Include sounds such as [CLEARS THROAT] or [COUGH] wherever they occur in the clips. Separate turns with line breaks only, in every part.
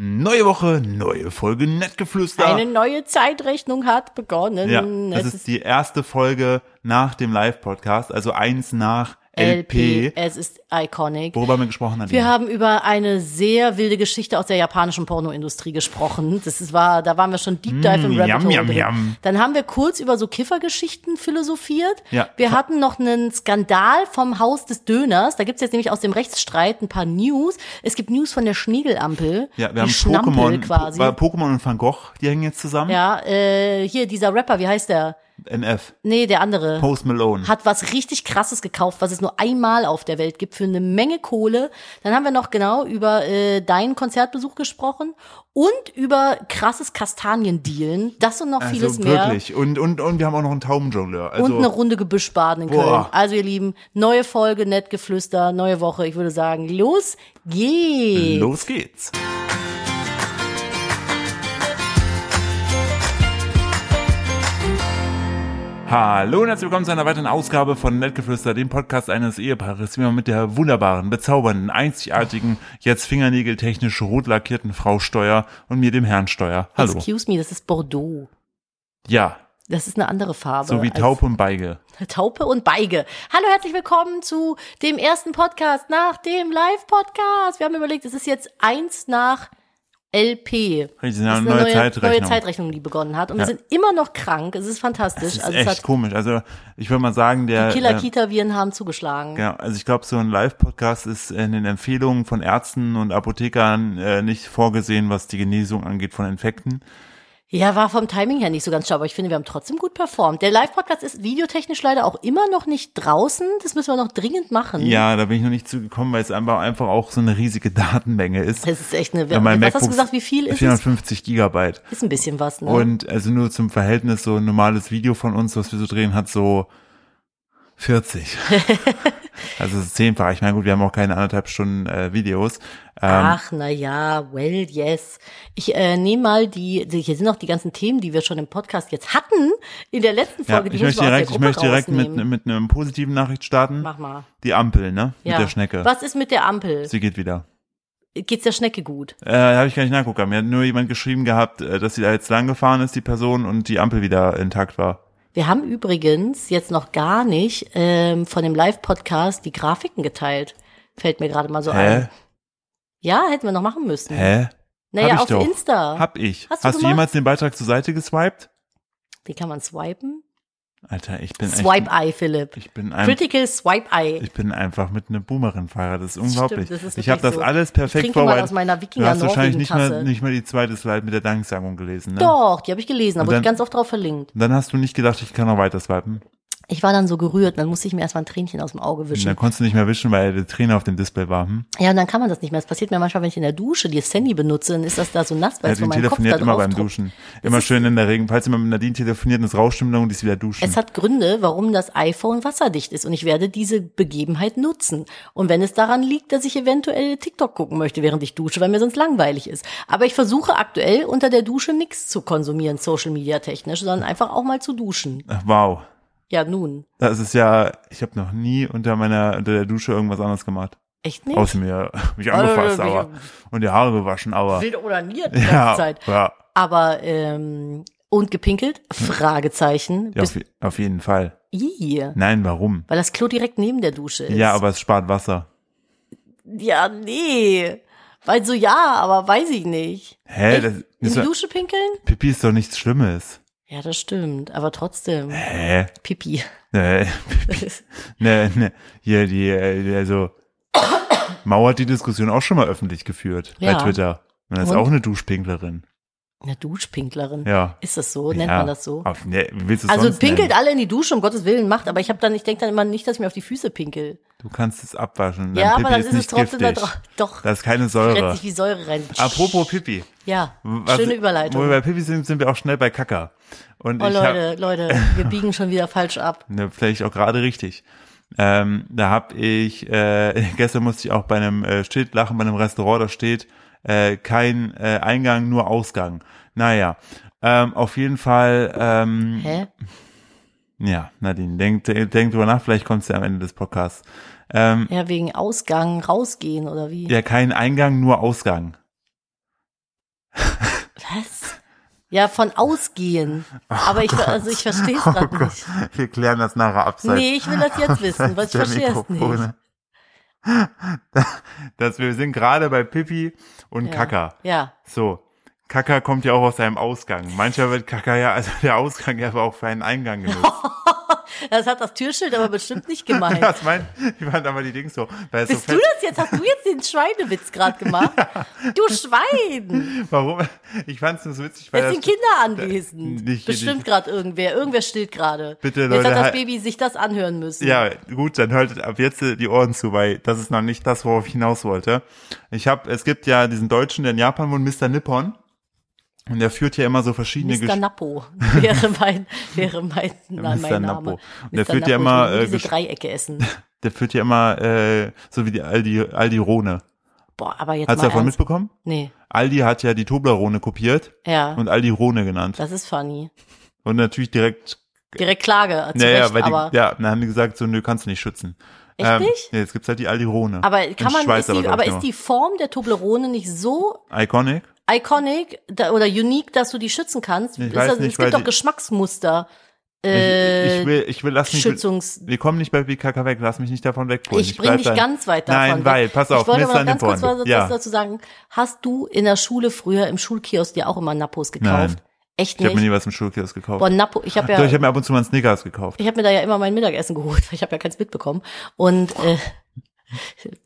Neue Woche, neue Folge Nettgeflüster.
Eine neue Zeitrechnung hat begonnen.
ja, das
Es
ist, die erste Folge nach dem Live-Podcast, also eins nach LP,
Es ist iconic.
worüber wir gesprochen haben.
Wir haben über eine sehr wilde Geschichte aus der japanischen Pornoindustrie gesprochen. Das ist, war, da waren wir schon Deep Dive im
Mm,
Rabbit
yum,
Hole.
yum,
drin.
yum.
Dann haben wir kurz über so Kiffergeschichten philosophiert.
Ja.
Wir hatten noch einen Skandal vom Haus des Döners. Da gibt's jetzt nämlich aus dem Rechtsstreit ein paar News. Es gibt News von der Schniegelampel.
ja,
die
wir haben
Schnampel
Pokémon,
quasi.
weil Pokémon und Van Gogh, die hängen jetzt zusammen.
Ja, äh, hier dieser Rapper, wie heißt der?
NF,
Nee, der andere.
Post Malone.
hat was richtig krasses gekauft, was es nur einmal auf der Welt gibt für eine Menge Kohle. Dann haben wir noch genau über äh, deinen Konzertbesuch gesprochen und über krasses Kastaniendealen. Das und noch vieles
also
mehr.
wirklich. Und, und, und wir haben auch noch einen Taubenjongleur. Also,
und eine Runde Gebüschbaden in
Boah.
Köln. Also ihr Lieben, neue Folge, nett geflüster, neue Woche. Ich würde sagen, los geht's.
los geht's. Hallo und herzlich willkommen zu einer weiteren Ausgabe von Nettgeflüster, dem Podcast eines Ehepaares, wie man mit der wunderbaren, bezaubernden, einzigartigen, jetzt fingernägeltechnisch rot lackierten Frau Steuer und mir dem Herrn Steuer. Hallo.
Excuse me, das ist Bordeaux.
Ja,
Das ist eine andere Farbe.
so wie
als-
Taub und Beige.
Taupe und Beige. Hallo, herzlich willkommen zu dem ersten Podcast nach dem Live-Podcast. Wir haben überlegt, es ist jetzt eins nach LP.
Richtig,
Das ist
eine neue Zeitrechnung.
neue Zeitrechnung, die begonnen hat. Und
Ja.
wir sind immer noch krank. Es ist fantastisch.
Das ist
also es
echt
hat
komisch. Also ich würde mal sagen, der äh,
Killer-Kita-Viren haben zugeschlagen.
Genau, also ich glaube, so ein Live-Podcast ist in den Empfehlungen von Ärzten und Apothekern äh, nicht vorgesehen, was die Genesung angeht von Infekten.
Ja, war vom Timing her nicht so ganz schlau, aber ich finde, wir haben trotzdem gut performt. Der Live-Podcast ist videotechnisch leider auch immer noch nicht draußen. Das müssen wir noch dringend machen.
Ja, da bin ich noch nicht zugekommen, weil es einfach, einfach auch so eine riesige [LAUGHS] Datenmenge ist.
Das ist echt eine...
Wenn mein
was hast du
MacBook
gesagt, wie viel ist es?
450 Gigabyte.
Ist ein bisschen was, ne?
Und also nur zum Verhältnis, so ein normales Video von uns, was wir so drehen, hat so
[LAUGHS]
40. also es ist zehnfach. Ich meine, gut, wir haben auch keine anderthalb Stunden äh, Videos. Ähm,
Ach, na ja, well, yes. Ich äh, nehme mal die, die- hier sind noch die ganzen Themen, die wir schon im Podcast jetzt hatten, in der letzten
Ja,
Ah, Folge. die
ich möchte
müssen wir
direkt,
aus
ich
der
möchte
Gruppe
direkt mit, ne,
rausnehmen.
mit einem positiven Nachricht starten.
Mach mal.
Die Ampel, ne?
Ja.
Mit der Schnecke.
Was ist mit der Ampel?
Sie geht wieder.
Geht's der Schnecke gut?
Äh, habe ich gar nicht nachguckt. Mir hat nur jemand geschrieben gehabt, äh, dass sie da jetzt lang gefahren ist, die Person, und die Ampel wieder intakt war.
Wir haben übrigens jetzt noch gar nicht ähm, von dem Live-Podcast die Grafiken geteilt. Fällt mir gerade mal so
Hä?
ein. Ja, hätten wir noch machen müssen.
Hä? Hab
Naja,
ich
auf
doch.
Insta.
Hab ich.
Hast
Hast du,
du gemacht?
jemals den Beitrag zur Seite geswiped?
die kann man swipen.
Alter, ich bin
Swipe
echt,
Eye, Philipp.
ich bin ein,
Critical Swipe Eye.
ich bin einfach mit einer Boomerin verheiratet. Das ist
stimmt,
unglaublich.
das ist
ich habe
wirklich
das
so.
alles
Ich
perfekt
trinke mal aus
vorbereitet.
meiner
Du hast wahrscheinlich nicht mal,
Wikinger-Norwegen-Tasse.
nicht mal die zweite Slide mit der Danksagung gelesen, ne?
Doch, die habe ich gelesen, da
Und
wurde ich
dann-
ganz oft drauf verlinkt.
Und dann hast du nicht gedacht, ich kann noch weiter swipen.
Ich war dann so gerührt, dann musste ich mir erstmal ein Tränchen aus dem Auge
Und
wischen.
dann konntest du nicht mehr wischen, weil der Trainer auf dem Display war. Hm?
Ja, und dann kann man das nicht mehr. Das passiert mir manchmal, wenn ich in der Dusche das Handy benutze, dann ist das da so nass, weil
Ja,
es von
Nadine
meinem Also Kopf da
telefoniert immer
drauf
beim
tropft.
Duschen. Immer schön in der Regen. Falls jemand mit Nadine telefoniert und es rauscht im und die ist wieder duschen.
Es hat Gründe, warum das iPhone wasserdicht ist und ich werde diese Begebenheit nutzen. Und wenn es daran liegt, dass ich eventuell TikTok gucken möchte, während ich dusche, weil mir sonst langweilig ist. Aber ich versuche aktuell unter der Dusche nichts zu konsumieren, Social Media technisch, sondern einfach auch mal zu duschen.
Ach, Wow.
Ja, nun.
Das ist ja, ich habe noch nie unter meiner, unter der Dusche irgendwas anderes gemacht.
Echt nicht?
Außer mir, mich angefasst,
Äh, mich-
aber. Und die Haare gewaschen, aber.
Wild onaniert die
[LAUGHS]
ganze
Ja,
Zeit.
ja,
Aber ähm, und gepinkelt? Fragezeichen.
Hm. ja
Bis,
auf, auf jeden Fall.
Ih,
Nein, warum?
weil das Klo direkt neben der Dusche ist.
Ja, aber es spart Wasser.
Ja, nee. Weil so ja, aber weiß ich nicht.
Hä?
Echt?
Das,
In
ist
die
doch,
Dusche pinkeln?
Pipi ist doch nichts Schlimmes.
Ja, das stimmt. Aber trotzdem.
Hä?
Pipi. [LAUGHS]
[LAUGHS] Nee, nee, nee. Ne, Hier, die, äh, also. Mauer hat die Diskussion auch schon mal öffentlich geführt
Ja.
bei Twitter. Und das ist
Und?
auch eine Duschpinklerin.
Eine Duschpinklerin.
Ja.
Ist das so? Nennt
ja.
man das so?
Auf, ne, willst du es
Also
sonst
pinkelt
nennen?
alle in die Dusche, um Gottes Willen, macht, aber ich habe dann, ich denke dann immer nicht, dass ich mir auf die Füße pinkel.
Du kannst es abwaschen. Dein
Ja,
Pipi
aber dann ist, es
nicht
trotzdem da
giftig.
drauf. Doch,
Da ist keine
rennt
Säure.
sich wie Säure rein.
Apropos Pipi.
Ja,
Was- Wo
schöne Überleitung.
wir bei Pipi sind, sind wir auch schnell bei Kaka. Und
Oh
ich hab-
Leute, Leute, wir biegen schon wieder falsch ab.
ne, vielleicht auch gerade richtig. Ähm, da habe ich, äh, [LAUGHS] gestern musste ich auch bei einem äh, Schild lachen, bei einem Restaurant, da steht äh, kein äh, Eingang, nur Ausgang. Naja, ähm, auf jeden Fall, ähm,
Hä?
ja, Nadine, denk, denk drüber nach, vielleicht kommst du ja am Ende des Podcasts. Ähm,
Ja, wegen Ausgang, rausgehen oder wie?
Ja, kein Eingang, nur Ausgang.
Was? Ja, von ausgehen. Aber ich, also ich verstehe es gerade
Oh Gott,
nicht.
wir klären das nachher abseits.
Nee, ich will das jetzt wissen, weil ich
der
verstehe es nicht.
Mikrofone. [LAUGHS] Das, wir sind gerade bei Pippi und Kaka.
Ja.
So. Kaka kommt ja auch aus seinem Ausgang. Manchmal wird Kaka ja, also der Ausgang ja aber auch für einen
[LAUGHS]
Eingang
Oh
genutzt.
Das hat das Türschild aber bestimmt nicht gemeint.
Das meint, ich fand aber die Dings so. Weil es so
Bist du
fett,
das jetzt? Hast du jetzt den Schweinewitz gerade gemacht? Du Schwein!
warum? Ich fand's nur so witzig, weil
Jetzt sind
das,
Kinder anwesend.
Nicht-
Bestimmt
nicht-
gerade irgendwer. Irgendwer stillt gerade.
Bitte,
jetzt
Leute,
hat das
halt-
Baby sich das anhören müssen.
ja, gut, dann haltet ab jetzt äh, die Ohren zu, weil das ist noch nicht das, worauf ich hinaus wollte. Ich habe, es gibt ja diesen Deutschen, der in Japan wohnt, Mr. Nippon. Und der führt ja immer so verschiedene
Mr. Nappo [LAUGHS] wäre mein, wäre
[LAUGHS]
mein,
Mr.
nein, mein Name.
Nappo. Und der
Mr.
führt ja
Nappo, ich
immer,
will nur
äh,
diese
gesch-
Dreiecke essen.
[LAUGHS] Der führt ja immer, äh, so wie die Aldi, Aldi Rone.
Boah, aber jetzt
Hast du
mal
davon
ernst.
mitbekommen?
Nee,
Aldi hat ja die Toblerone kopiert
ja,
und Aldi Rone genannt.
das ist funny.
Und natürlich direkt,
Direkt Klage, zu
naja,
Recht,
weil
aber,
die, ja, dann haben die gesagt, so, nö, kannst du nicht schützen.
Echt nicht?
ja, jetzt gibt's halt die Aldi Rone.
aber kann
In
man,
Schweiz
ist die,
glaub
aber
ich,
ist
nur.
die Form der Toblerone nicht so
Iconic?
iconic da, oder unique, dass du die schützen kannst?
Ich
ist
weiß
das,
nicht,
es
weil
gibt doch
die-
Geschmacksmuster.
Ich,
Äh,
ich will, ich will, lass mich,
Schützungs-
wir kommen nicht bei BKK weg, lass mich nicht davon wegholen.
ich bring
bleib
dich
da-
ganz weit davon.
Nein,
weg.
weil, pass auf,
Ich wollte aber
Mr.
noch ganz kurz
Nippon.
was
Ja,
dazu sagen. Hast du in der Schule früher im Schulkiosk dir auch immer Nappos gekauft?
Nein.
Echt
ich habe mir
nicht?
nie was im Schulkiosk gekauft.
Boah, Nappo, ich habe
[LAUGHS]
ja,
Doch, ich habe mir ab und zu mal einen Snickers gekauft.
ich habe mir da ja immer mein Mittagessen geholt, weil ich habe ja keins mitbekommen. Und äh, [LAUGHS]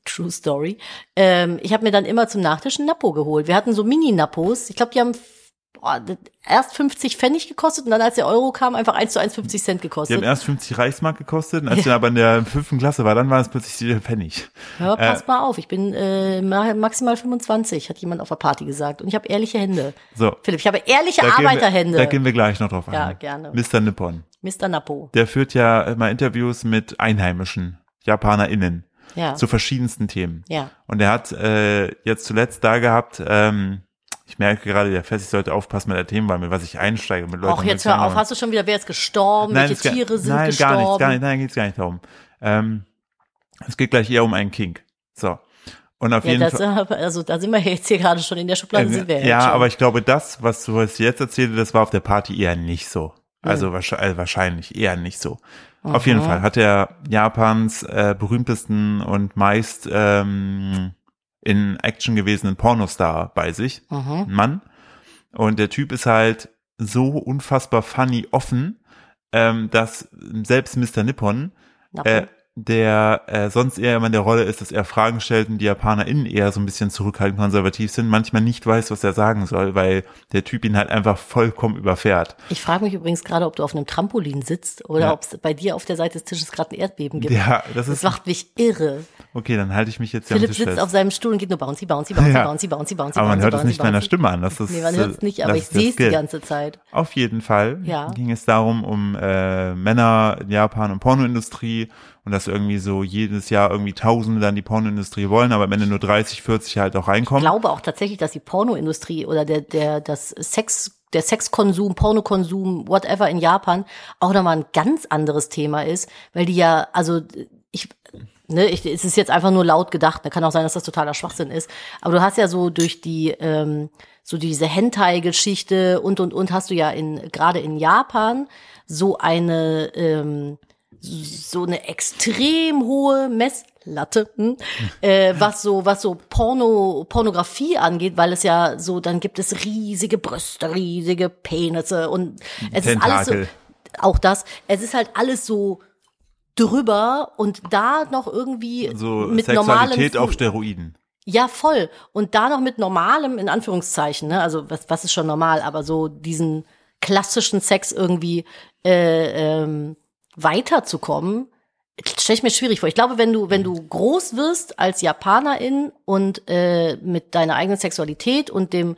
True Story. Ähm, ich habe mir dann immer zum Nachtisch einen Nappo geholt. Wir hatten so Mini-Nappos. Ich glaube, die haben f- boah, das- erst 50 Pfennig gekostet und dann, als der Euro kam, einfach 1 zu 1 50 Cent
Die haben
gekostet.
erst 50 Reichsmark gekostet, und als ich dann aber in der fünften Klasse war, dann war es plötzlich der Pfennig.
Hör, pass mal auf, ich bin äh, ma- maximal 25, hat jemand auf der Party gesagt. Und ich habe ehrliche Hände.
So.
Philipp, ich habe ehrliche
Da gehen
Arbeiterhände.
Wir, da gehen wir gleich noch drauf ein.
Ja, gerne.
Mr. Nippon.
Mr. Napo.
Der führt ja immer Interviews mit Einheimischen, JapanerInnen,
Ja.
zu verschiedensten Themen.
ja.
Und er hat äh, jetzt zuletzt da gehabt, ähm, ich merke gerade, der Fest, ich sollte aufpassen mit der Themenwahl, mit was ich einsteige mit Leuten.
Och, jetzt hör auf, hast du schon wieder, wer ist gestorben?
nein, es
Welche
geht-
Tiere sind
nein,
gestorben?
Gar nicht, gar nicht, nein, geht's gar nicht darum. Ähm, es geht gleich eher um einen Kink. So. Und auf
Ja,
jeden
das,
Fall. Äh,
äh, also da sind wir jetzt hier gerade schon in der Schublade, sind wir
ja,
jetzt schon.
aber ich glaube, das, was du was ich jetzt erzählte, das war auf der Party eher nicht so. Also wahrsch- äh, wahrscheinlich eher nicht so. Auf jeden Fall hat er Japans äh, berühmtesten und meist ähm, in Action gewesenen Pornostar bei sich,
Mhm.
ein Mann. Und der Typ ist halt so unfassbar funny offen, ähm, dass selbst Mr. Nippon
Napo.
äh, der äh, sonst eher immer in der Rolle ist, dass er Fragen stellt und die JapanerInnen eher so ein bisschen zurückhaltend konservativ sind, manchmal nicht weiß, was er sagen soll, weil der Typ ihn halt einfach vollkommen überfährt.
ich frage mich übrigens gerade, ob du auf einem Trampolin sitzt oder
Ja.
ob es bei dir auf der Seite des Tisches gerade ein Erdbeben gibt.
Ja, das
Das
ist.
macht mich irre.
Okay, dann halte ich mich jetzt hier am
Also Philipp
Tisch
sitzt
fest.
auf seinem Stuhl und geht nur bouncy, bouncy, bouncy,
Ja.
bouncy, bouncy, bouncy,
Aber man
bouncy,
hört es
bouncy,
nicht meiner
bouncy.
Stimme an. Das ist, äh,
Nee, man hört es nicht, aber
das
ich
ist der
sehe es die
Skill.
ganze Zeit.
Auf jeden Fall
Ja.
ging es darum, um äh, Männer in Japan und Pornoindustrie und dass irgendwie so jedes Jahr irgendwie Tausende dann die Pornoindustrie wollen, aber am Ende nur 30, 40 halt auch reinkommen.
glaube auch tatsächlich, dass die Pornoindustrie oder der, der, das Sex, der Sexkonsum, Pornokonsum, whatever in Japan auch nochmal ein ganz anderes Thema ist, weil die ja, also ich, ne, ich, es ist jetzt einfach nur laut gedacht, da kann auch sein, dass das totaler Schwachsinn ist, aber du hast ja so durch die, ähm, so diese Hentai-Geschichte und, und, und hast du ja in, gerade in Japan so eine, ähm, so eine extrem hohe Messlatte, hm? äh, was so was so Porno Pornografie angeht, weil es ja so dann gibt es riesige Brüste, riesige Penisse und es ist alles
Tentakel.
so auch das. Es ist halt alles so drüber und da noch irgendwie
so
mit normalem
Sexualität
Fu-
auf Steroiden.
ja, voll. Und da noch mit normalem, in Anführungszeichen, ne? also was, was ist schon normal, aber so diesen klassischen Sex irgendwie äh, ähm, weiterzukommen, stelle ich mir schwierig vor. Ich glaube, wenn du, wenn du groß wirst als Japanerin und äh, mit deiner eigenen Sexualität und dem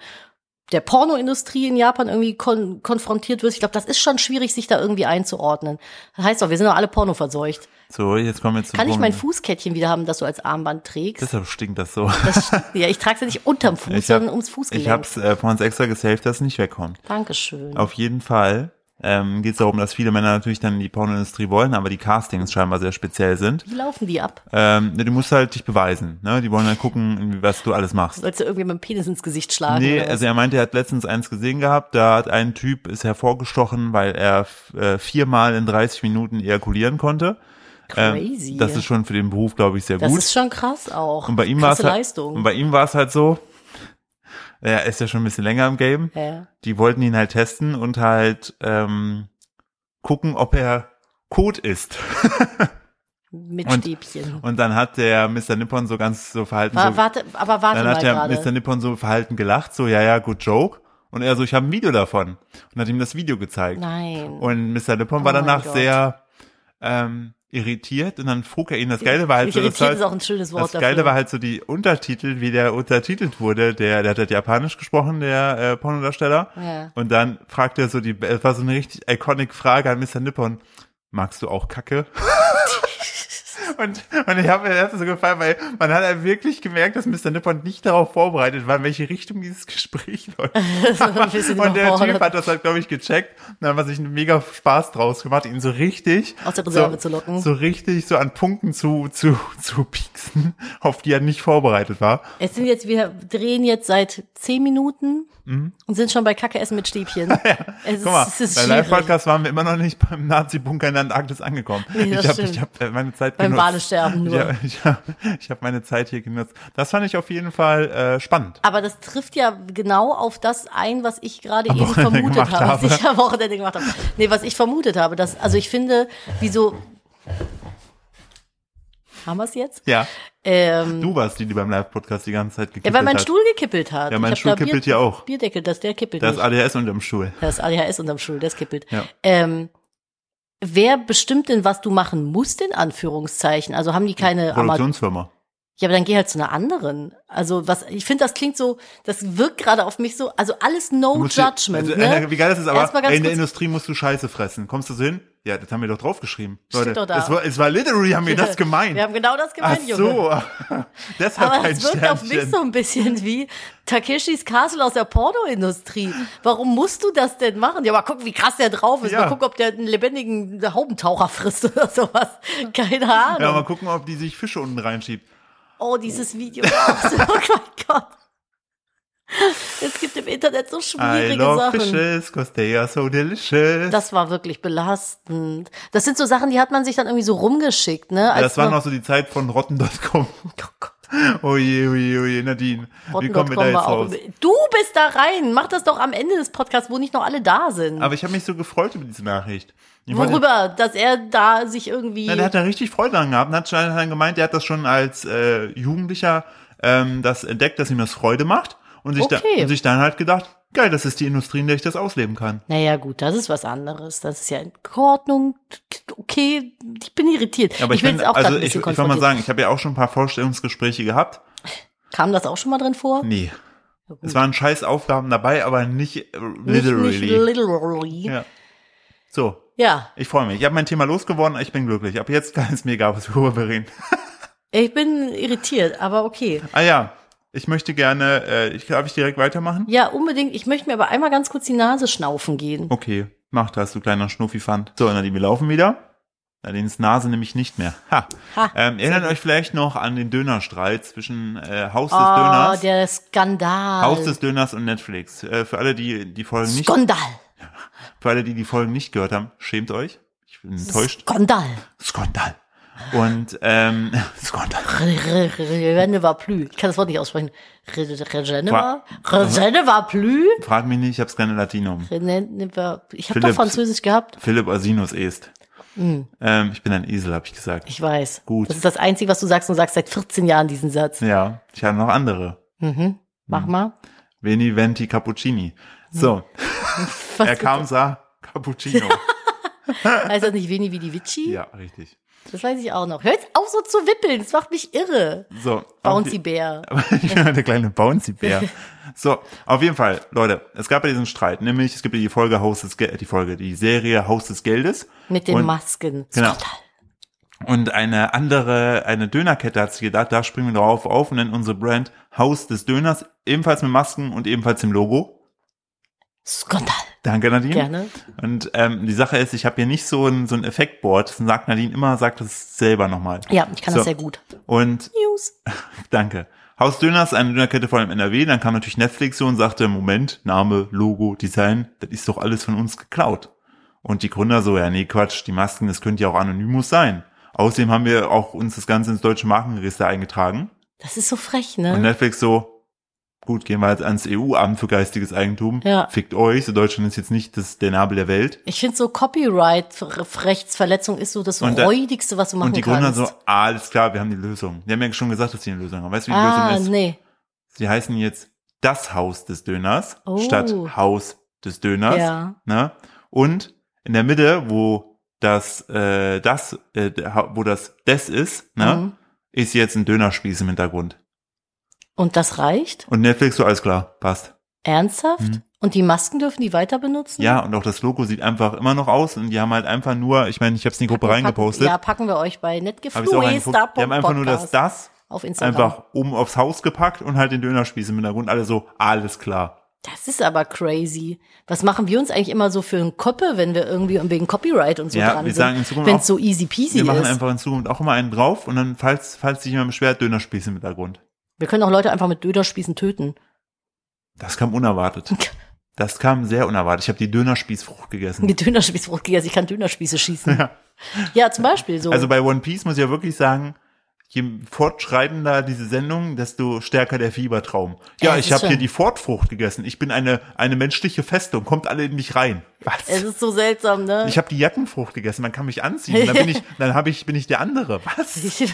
der Pornoindustrie in Japan irgendwie kon konfrontiert wirst, ich glaube, das ist schon schwierig, sich da irgendwie einzuordnen. Das heißt doch, wir sind doch alle pornoverseucht.
So, jetzt kommen wir zu
Kann ich mein Fußkettchen wieder haben, das du als Armband trägst?
Deshalb stinkt das so. [LAUGHS]
Das stimmt. Ja, ich trage sie nicht unterm Fuß,
Ich hab-
sondern ums Fußgelenk.
Ich hab's äh, von uns extra gesaved, dass es nicht wegkommt.
Dankeschön.
Auf jeden Fall ähm, geht es darum, dass viele Männer natürlich dann in die Pornoindustrie wollen, aber die Castings scheinbar sehr speziell sind.
Wie laufen die ab?
Ähm, ne, du musst halt dich beweisen. Ne? Die wollen dann gucken, was du alles machst.
Sollst du irgendwie mit dem Penis ins Gesicht schlagen?
Nee,
oder was?
also er meinte, er hat letztens eins gesehen gehabt, da hat ein Typ, ist hervorgestochen, weil er äh, viermal in 30 Minuten ejakulieren konnte. Ähm,
Crazy.
Das ist schon für den Beruf, glaube ich, sehr
Das
gut.
ist schon krass auch.
und bei ihm war es
Krasse
halt,
Leistung.
und bei ihm war es halt so, er ist ja schon ein bisschen länger im Game,
ja, ja.
die wollten ihn halt testen und halt ähm, gucken, ob er Kot ist.
Mit
Und-
Stäbchen.
Und dann hat der Mr. Nippon so ganz so verhalten,
Wa-
so,
warte, aber warte
dann
mal
hat der
gerade.
Mr. Nippon so verhalten gelacht, so, ja, ja, good joke. Und er so, ich habe ein Video davon. Und hat ihm das Video gezeigt.
Nein.
Und Mr. Nippon war
Oh mein
danach
Gott.
sehr ähm, irritiert und dann frug er ihn. Das Geile
[LAUGHS]
war halt so, das,
irritiert
war,
ist auch ein schönes
das
Wort
Geile
dafür.
war halt so die Untertitel, wie der untertitelt wurde. Der, der hat halt Japanisch gesprochen, der äh, Pornodarsteller.
Ja. [LAUGHS]
Und dann fragt er so die, es war so eine richtig iconic Frage an Mr. Nippon. Magst du auch Kacke? [LAUGHS] Und, und ich habe mir das so gefallen, weil man hat halt wirklich gemerkt, dass Mr. Nippon nicht darauf vorbereitet war, in welche Richtung dieses Gespräch [LAUGHS] läuft.
ein bisschen
und der Typ
überfordert.
hat das halt, glaube ich, gecheckt und dann hat sich einen mega Spaß draus gemacht, ihn so richtig
Aus der
so,
Reserve zu locken.
so richtig so an Punkten zu, zu, zu pieksen, [LAUGHS] auf die er nicht vorbereitet war.
Es sind jetzt, wir drehen jetzt seit zehn Minuten und sind schon bei Kacke essen mit
[LAUGHS]
Stäbchen. es
Mhm.
ist,
Guck mal,
es ist
bei
schwierig.
Live-Podcast waren wir immer noch nicht beim Nazi-Bunker in der Antarktis angekommen.
Nee, das
ich habe
stimmt.
ich hab äh, meine Zeit
Beim
genutzt.
Walesterben nur.
Ja, [LAUGHS] ich habe ich hab meine Zeit hier genutzt. Das fand ich auf jeden Fall äh, spannend.
Aber das trifft ja genau auf das ein, was ich gerade eben
Wochenende
vermutet
gemacht
habe, [LAUGHS] was
habe.
ich am Wochenende gemacht habe. Nee, was ich vermutet habe, dass, also ich finde, wieso. Haben wir es jetzt?
Ja,
Ähm,
du warst die, die beim Live-Podcast die ganze Zeit
ja,
gekippelt
weil mein
hat.
Stuhl gekippelt hat.
Ja, mein
Ich hab
Stuhl
da
kippelt hier auch.
Bierdeckel, das, der kippelt
Da ist
nicht.
ADS unterm Stuhl.
Das ADHS unterm Stuhl, das kippelt.
Ja.
Ähm, wer bestimmt denn, was du machen musst, in Anführungszeichen? Also haben die keine Amateur.
Produktionsfirma.
Ja, aber dann geh halt zu einer anderen. Also was, ich finde, das klingt so, das wirkt gerade auf mich so, also alles no
Du musst die-
judgment,
also, äh,
ne?
Wie geil das ist, aber
Erstmal ganz
ey, in der
kurz-
Industrie musst du Scheiße fressen. Kommst du so hin? Ja, das haben wir doch draufgeschrieben.
Steht
Leute,
doch da.
Es, war, es war literally, haben wir
[LAUGHS]
das gemeint.
Wir haben genau das
äh, Ach
gemeint, Junge.
so. [LAUGHS] Deshalb
Aber
kein
es wirkt auf mich
Sternchen.
so ein bisschen wie Takeshis Castle aus der Pornoindustrie. Warum musst du das denn machen? Ja, mal gucken, wie krass der drauf ist.
Ja.
Mal gucken, ob der einen lebendigen Haubentaucher frisst oder sowas. Keine Ahnung.
Ja, mal gucken, ob die sich Fische unten reinschiebt.
Oh, dieses Video. [LAUGHS] oh mein Gott. Es gibt im Internet so
I
schwierige
love
Sachen.
fishes, cause they are so delicious. Das,
Das war wirklich belastend. Das sind so Sachen, die hat man sich dann irgendwie so rumgeschickt, ne? Als
war
man-
noch so die Zeit von rotten.com.
Oh Gott,
[LAUGHS] Oje, oje, oje, Nadine. Wie kommen wir
Rotten.com
da jetzt
war auch-
raus?
Du bist da rein. Mach das doch am Ende des Podcasts, wo nicht noch alle da sind.
Aber ich habe mich so gefreut über diese Nachricht. Ich wollte-
Worüber, dass er da sich irgendwie.
Ja, der hat da richtig Freude dran gehabt und hat schon dann gemeint, der hat das schon als äh, Jugendlicher ähm, das entdeckt, dass ihm das Freude macht und sich,
Okay.
da, und sich dann halt gedacht, geil, das ist die Industrie, in der ich das ausleben kann.
naja, gut, das ist was anderes. Das ist ja in Ordnung. Okay, ich bin irritiert.
Aber ich,
bin
bin,
jetzt auch grad
also
ein
ich,
bisschen
ich will mal
konfrontiert.
sagen, ich habe ja auch schon ein paar Vorstellungsgespräche gehabt.
Kam das auch schon mal drin vor?
Nee. Hm, Es waren scheiß Aufgaben dabei, aber nicht äh, literally.
Nicht, nicht literally.
Ja. So,
Ja,
ich freue mich. Ich habe mein Thema losgeworden, ich bin glücklich. Ab jetzt [LAUGHS] kann es mir egal, was worüber wir reden.
ich bin irritiert, aber okay.
Ah ja, ich möchte gerne, äh, ich, darf ich direkt weitermachen?
Ja, unbedingt. Ich möchte mir aber einmal ganz kurz die Nase schnaufen gehen.
Okay, mach das, du kleiner Schnuffi-Fand. So, Nadine, wir laufen wieder. Nadines Nase nämlich nicht mehr. Ha.
Ha.
Ähm, erinnert euch vielleicht noch an den Dönerstreit zwischen äh, Haus des
Ah,
Döners,
der Skandal.
Haus des Döners und Netflix. Äh, für alle, die die Folgen nicht,
Skandal.
für alle, die die Folgen nicht gehört haben, schämt euch. Ich bin enttäuscht.
Skandal.
Skandal. Und ähm, [LAUGHS] Skandal.
Reneva Plü. Ich kann das Wort nicht aussprechen. Regeneva? Regeneva Plü?
Frag mich nicht, ich hab's gerne Latinum.
Reneva- Ich habe doch
Philipp.
Französisch gehabt.
Philipp Asinus est. Ähm, ich bin ein Esel, habe ich gesagt.
Hm. Ich weiß.
Gut. Hm.
Das ist das Einzige, was du sagst und du sagst seit 14 Jahren diesen Satz.
ja, ich habe noch andere.
Mhm. Mach mal.
Veni Venti Cappuccini. So,
Hm.
[LAUGHS]
Was
er kam, sah
[LAUGHS]
Cappuccino.
Heißt das nicht Veni Vidi Vici?
ja, richtig.
Das weiß ich auch noch. Hör jetzt auf so zu wippeln, das macht mich irre.
So, [LAUGHS]
Bouncy Bär.
Bär. der kleine Bouncy Bär. So, auf jeden Fall, Leute, es gab ja diesen Streit, nämlich es gibt ja die Folge Haus des Gel die Folge, die Serie Haus des Geldes.
Mit den
Und-
Masken.
Genau.
Skandal.
Und eine andere, eine Dönerkette hat sich gedacht, da springen wir drauf auf und nennen unsere Brand Haus des Döners, ebenfalls mit Masken und ebenfalls im Logo.
Skandal.
Danke, Nadine.
Gerne.
Und ähm, die Sache ist, ich habe hier nicht so ein, so ein Effektboard. Das sagt Nadine immer, sagt es selber nochmal.
Ja, ich kann
So.
das sehr gut.
Und
News.
Danke. Haus Döners, eine Dönerkette vor allem in NRW. Dann kam natürlich Netflix so und sagte, Moment, Name, Logo, Design, das ist doch alles von uns geklaut. Und die Gründer so, ja, nee, Quatsch, die Masken, das könnte ja auch Anonymous sein. Außerdem haben wir auch uns das Ganze ins deutsche Markenregister eingetragen.
Das ist so frech,
Und
ne?
Netflix so, gut, gehen wir jetzt ans EU-Amt für geistiges Eigentum.
Ja.
Fickt euch, so Deutschland ist jetzt nicht das, der Nabel der Welt.
Ich finde so Copyright-Rechtsverletzung ist so das
Und da-
räudigste, was du machen
und die
kannst.
Gründer so, ah, alles klar, wir haben die Lösung. Die haben ja schon gesagt, dass sie eine Lösung haben. Weißt du, wie die
ah,
Lösung ist?
nee.
Sie heißen jetzt das Haus des Döners
Oh.
statt Haus des Döners.
Ja.
Ne? Und in der Mitte, wo das äh, das äh, der Ha- wo das des ist, ne,
Mhm.
ist jetzt ein Dönerspieß im Hintergrund.
Und das reicht?
Und Netflix so alles klar, passt.
Ernsthaft?
Mhm.
Und die Masken dürfen die weiter benutzen?
Ja, und auch das Logo sieht einfach immer noch aus und die haben halt einfach nur, ich meine, ich habe es in die Gruppe
Packen-
reingepostet,
Ja, packen wir euch bei
habe ich auch reingeguckt.
netgefluester.podcast
Die haben einfach nur das das
auf Instagram.
einfach oben aufs Haus gepackt und halt den Dönerspieß im Hintergrund, alle so alles klar.
Das ist aber crazy. Was machen wir uns eigentlich immer so für einen Koppe, wenn wir irgendwie wegen Copyright und so
Ja,
dran
wir
sind?
sagen in Zukunft
Wenn
auch,
es so easy peasy
Wir machen
ist.
einfach in Zukunft auch immer einen drauf und dann, falls, falls sich jemand beschwert, Dönerspieß im Hintergrund.
wir können auch Leute einfach mit Döderspießen töten.
Das kam
[LAUGHS]
unerwartet. Das kam sehr unerwartet. Ich habe die Dönerspießfrucht gegessen.
[LAUGHS] Mit Dönerspießfrucht, also ich kann Dönerspieße
[LAUGHS]
schießen. Ja, zum Beispiel so.
Also bei One Piece muss ich ja wirklich sagen, je fortschreitender diese Sendung, desto stärker der Fiebertraum. Ja,
Ja,
ich
das ist
habe hier
schon-
die Fortfrucht gegessen. Ich bin eine, eine menschliche Festung. Kommt alle in mich rein.
es
Was?
ist so seltsam, ne?
Ich habe die Jackenfrucht gegessen. Man kann mich anziehen. Dann bin ich, dann habe ich, bin ich der andere. Was?
[LAUGHS] ich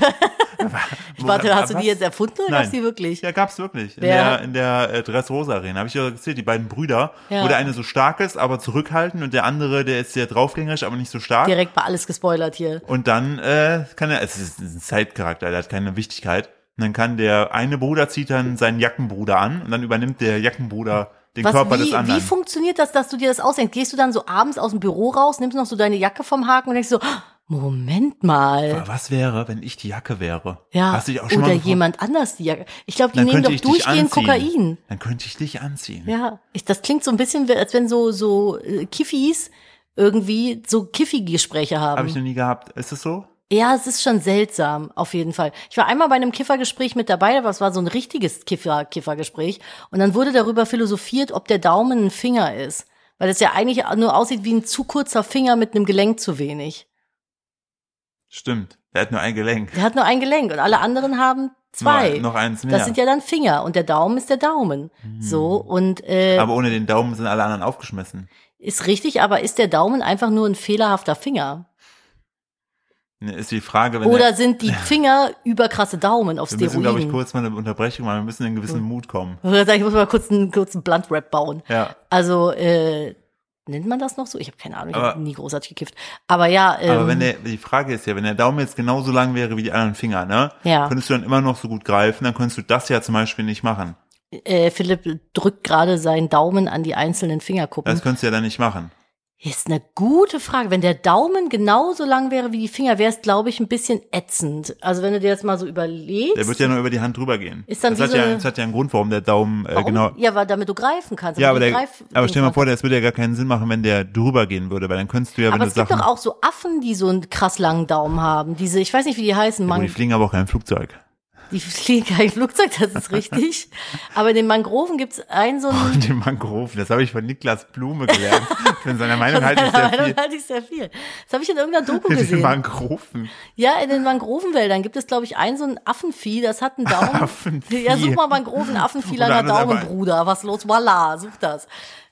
warte, hast du
Was?
die jetzt erfunden oder
Nein.
[LAUGHS] gab's die wirklich?
Ja, gab's wirklich. In
Wer-
der, in der äh, Dressrosa-Arena. Habe ich ja erzählt, die beiden Brüder,
Ja.
wo der eine so stark ist, aber zurückhaltend und der andere, der ist sehr draufgängerisch, aber nicht so stark.
Direkt mal alles gespoilert hier.
Und dann äh, kann er, es ist ein Zeitcharakter, der hat keine Wichtigkeit. Und dann kann der eine Bruder zieht dann seinen Jackenbruder an und dann übernimmt der Jackenbruder den
Was,
Körper
wie,
des
wie
anderen.
funktioniert das, dass du dir das ausdenkst? Gehst du dann so abends aus dem Büro raus, nimmst noch so deine Jacke vom Haken und denkst so, "Oh, Moment mal.
aber was wäre, wenn ich die Jacke wäre?
Ja,
Hast du dich auch schon
oder
mal gefragt?
jemand anders die Jacke. Ich glaube, die
Dann
nehmen
könnte
doch
ich dich anziehen.
durchgehend Kokain.
Dann könnte ich dich anziehen.
Ja, ich, das klingt so ein bisschen, als wenn so, so äh, Kiffis irgendwie so Kiffi-Gespräche haben.
Habe ich noch nie gehabt. Ist es so?
Ja, es ist schon seltsam, auf jeden Fall. Ich war einmal bei einem Kiffergespräch mit dabei, aber es war so ein richtiges Kiffer, Kiffergespräch. Und dann wurde darüber philosophiert, ob der Daumen ein Finger ist. Weil es ja eigentlich nur aussieht wie ein zu kurzer Finger mit einem Gelenk zu wenig.
Stimmt. Er hat nur ein Gelenk.
Der hat nur ein Gelenk und alle anderen haben zwei.
Noch, noch eins mehr. Hm.
das sind ja dann Finger und der Daumen ist der Daumen. So, und äh,
Aber ohne den Daumen sind alle anderen aufgeschmissen.
ist richtig, aber ist der Daumen einfach nur ein fehlerhafter Finger?
Ne, Ist die Frage, wenn
Oder
der, [LAUGHS]
sind die Finger überkrasse Daumen auf
wir müssen, glaube ich,
Steroiden?
kurz mal eine Unterbrechung machen. Wir müssen in einen gewissen
Hm.
Mut kommen.
Ich, [LAUGHS] ich muss mal kurz einen kurzen Blunt-Rap bauen.
Ja.
Also, äh, nennt man das noch so? Ich habe keine Ahnung, ich
Aber-
habe nie großartig gekifft. Aber ja, ähm,
Aber wenn der, die Frage ist ja, wenn der Daumen jetzt genauso lang wäre wie die anderen Finger, ne?
Ja.
Könntest du dann immer noch so gut greifen, dann könntest du das ja zum Beispiel nicht machen.
äh, Philipp drückt gerade seinen Daumen an die einzelnen Fingerkuppen.
Das könntest du ja dann nicht machen.
Ist eine gute Frage. Wenn der Daumen genauso lang wäre wie die Finger, wäre es, glaube ich, ein bisschen ätzend. Also wenn du dir jetzt mal so überlegst.
Der wird ja nur über die Hand drüber gehen.
Ist dann
das,
wie
hat
so
ja,
eine-
das hat ja einen Grund, warum der Daumen, äh,
warum?
genau.
Ja, weil damit du greifen kannst.
Ja, aber,
damit du
der,
Greif-
aber stell dir mal
Dings
vor, das würde ja gar keinen Sinn machen, wenn der drüber gehen würde, weil dann könntest du ja, wenn
Aber
du
es gibt
Sachen,
doch auch so Affen, die so einen krass langen Daumen haben. Diese, ich weiß nicht, wie die heißen,
Oh,
Mang
die fliegen aber auch kein Flugzeug.
die fliegen kein Flugzeug, das
[LAUGHS]
ist richtig. Aber in den Mangroven gibt's einen so einen.
Und den Mangroven, das habe ich von Niklas Blume
[LAUGHS]
gelernt. Von seiner Meinung halte ich sehr
Da
viel.
halte ich sehr viel. Das habe ich in irgendeiner
[LAUGHS]
Doku
Die
gesehen.
Mangroven.
Ja, in den Mangrovenwäldern gibt es, glaube ich, ein so ein Affenvieh, das hat
[LAUGHS]
einen Daumen.
Affenvieh.
Ja, such mal Mangroven-Affenvieh
Oder
langer
anders aber-
Daumenbruder. Was los? Voila, such das.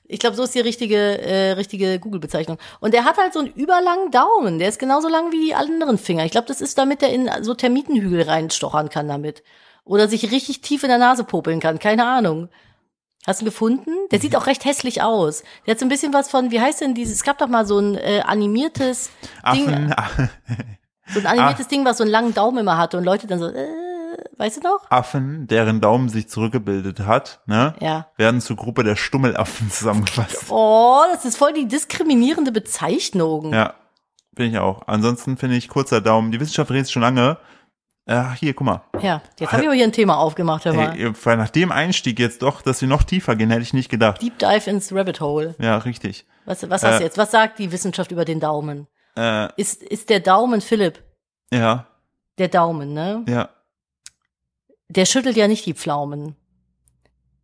Ich glaube, so ist die richtige, äh, richtige Google-Bezeichnung. Und der hat halt so einen überlangen Daumen. Der ist genauso lang wie die anderen Finger. Ich glaube, das ist, damit er in so Termitenhügel reinstochern kann damit. Oder sich richtig tief in der Nase popeln kann. Keine Ahnung. Hast du ihn gefunden?
Mhm.
Der sieht auch recht hässlich aus. Der hat so ein bisschen was von, wie heißt denn dieses, es gab doch mal so ein äh, animiertes Ding,
Affen, Ah.
so ein animiertes Ding, was so einen langen Daumen immer hatte und Leute dann so, äh, weißt du noch?
Affen, deren Daumen sich zurückgebildet hat, ne,
Ja.
werden zur Gruppe der Stummelaffen
[LAUGHS]
zusammengefasst.
Oh, das ist voll die diskriminierende Bezeichnung.
Ja, bin ich auch. Ansonsten finde ich kurzer Daumen. Die Wissenschaft redet schon lange. Ach, hier, guck mal.
Ja, jetzt habe ich aber hier ein Thema aufgemacht, hör mal.
Ey, weil nach dem Einstieg jetzt doch, dass wir noch tiefer gehen, hätte ich nicht gedacht.
Deep Dive ins Rabbit Hole.
Ja, richtig.
Was, was hast
Äh.
du jetzt? Was sagt die Wissenschaft über den Daumen?
Äh,
Ist, ist der Daumen, Philipp,
ja,
der Daumen, ne?
ja.
Der schüttelt ja nicht die Pflaumen.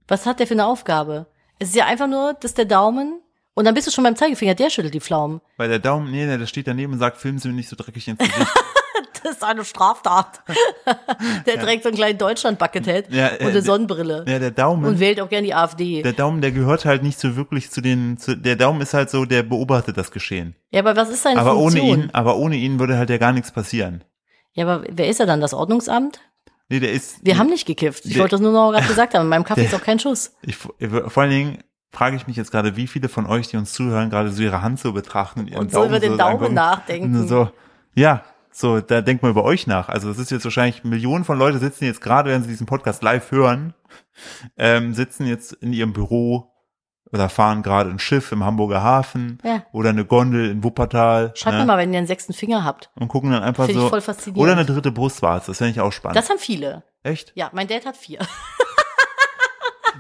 Was hat der für eine Aufgabe? Es ist ja einfach nur, dass der Daumen, und dann bist du schon beim Zeigefinger, der schüttelt die Pflaumen.
Weil der Daumen, nee, nee, der steht daneben und sagt, filmen Sie mir nicht so dreckig ins
[LAUGHS]
Gesicht.
Das ist eine Straftat. [LAUGHS] der trägt so einen kleinen Deutschland-Buckethead
Ja, äh,
und eine
der-
Sonnenbrille.
ja, der Daumen.
und wählt auch gerne die AfD.
der Daumen, der gehört halt nicht so wirklich zu den, zu, der Daumen ist halt so, der beobachtet das Geschehen.
ja, aber was ist seine
Aber ohne
Funktion?
ihn, aber ohne ihn würde halt ja gar nichts passieren.
Ja, aber wer ist er dann? Das Ordnungsamt?
Nee, der ist,
Wir haben nicht gekifft. Ich
Der-
wollte das nur
[LAUGHS]
noch gerade gesagt haben. In meinem Kaffee ist auch kein Schuss.
ich, vor allen Dingen frage ich mich jetzt gerade, wie viele von euch, die uns zuhören, gerade so ihre Hand so betrachten und ihren
Und so
Daumen
über den
so
Daumen
angucken.
nachdenken.
So, ja, so, da denkt man über euch nach. Also das ist jetzt wahrscheinlich, Millionen von Leuten sitzen jetzt gerade, wenn sie diesen Podcast live hören, ähm, sitzen jetzt in ihrem Büro oder fahren gerade ein Schiff im Hamburger Hafen
Ja.
oder eine Gondel in Wuppertal. ne?
Schreibt mir mal, wenn ihr einen sechsten Finger habt.
Und gucken dann einfach
Find ich
so.
voll faszinierend.
Oder eine dritte Brustwarze, das fände ich auch spannend.
Das haben viele.
Echt?
Ja, mein Dad hat vier. [LAUGHS]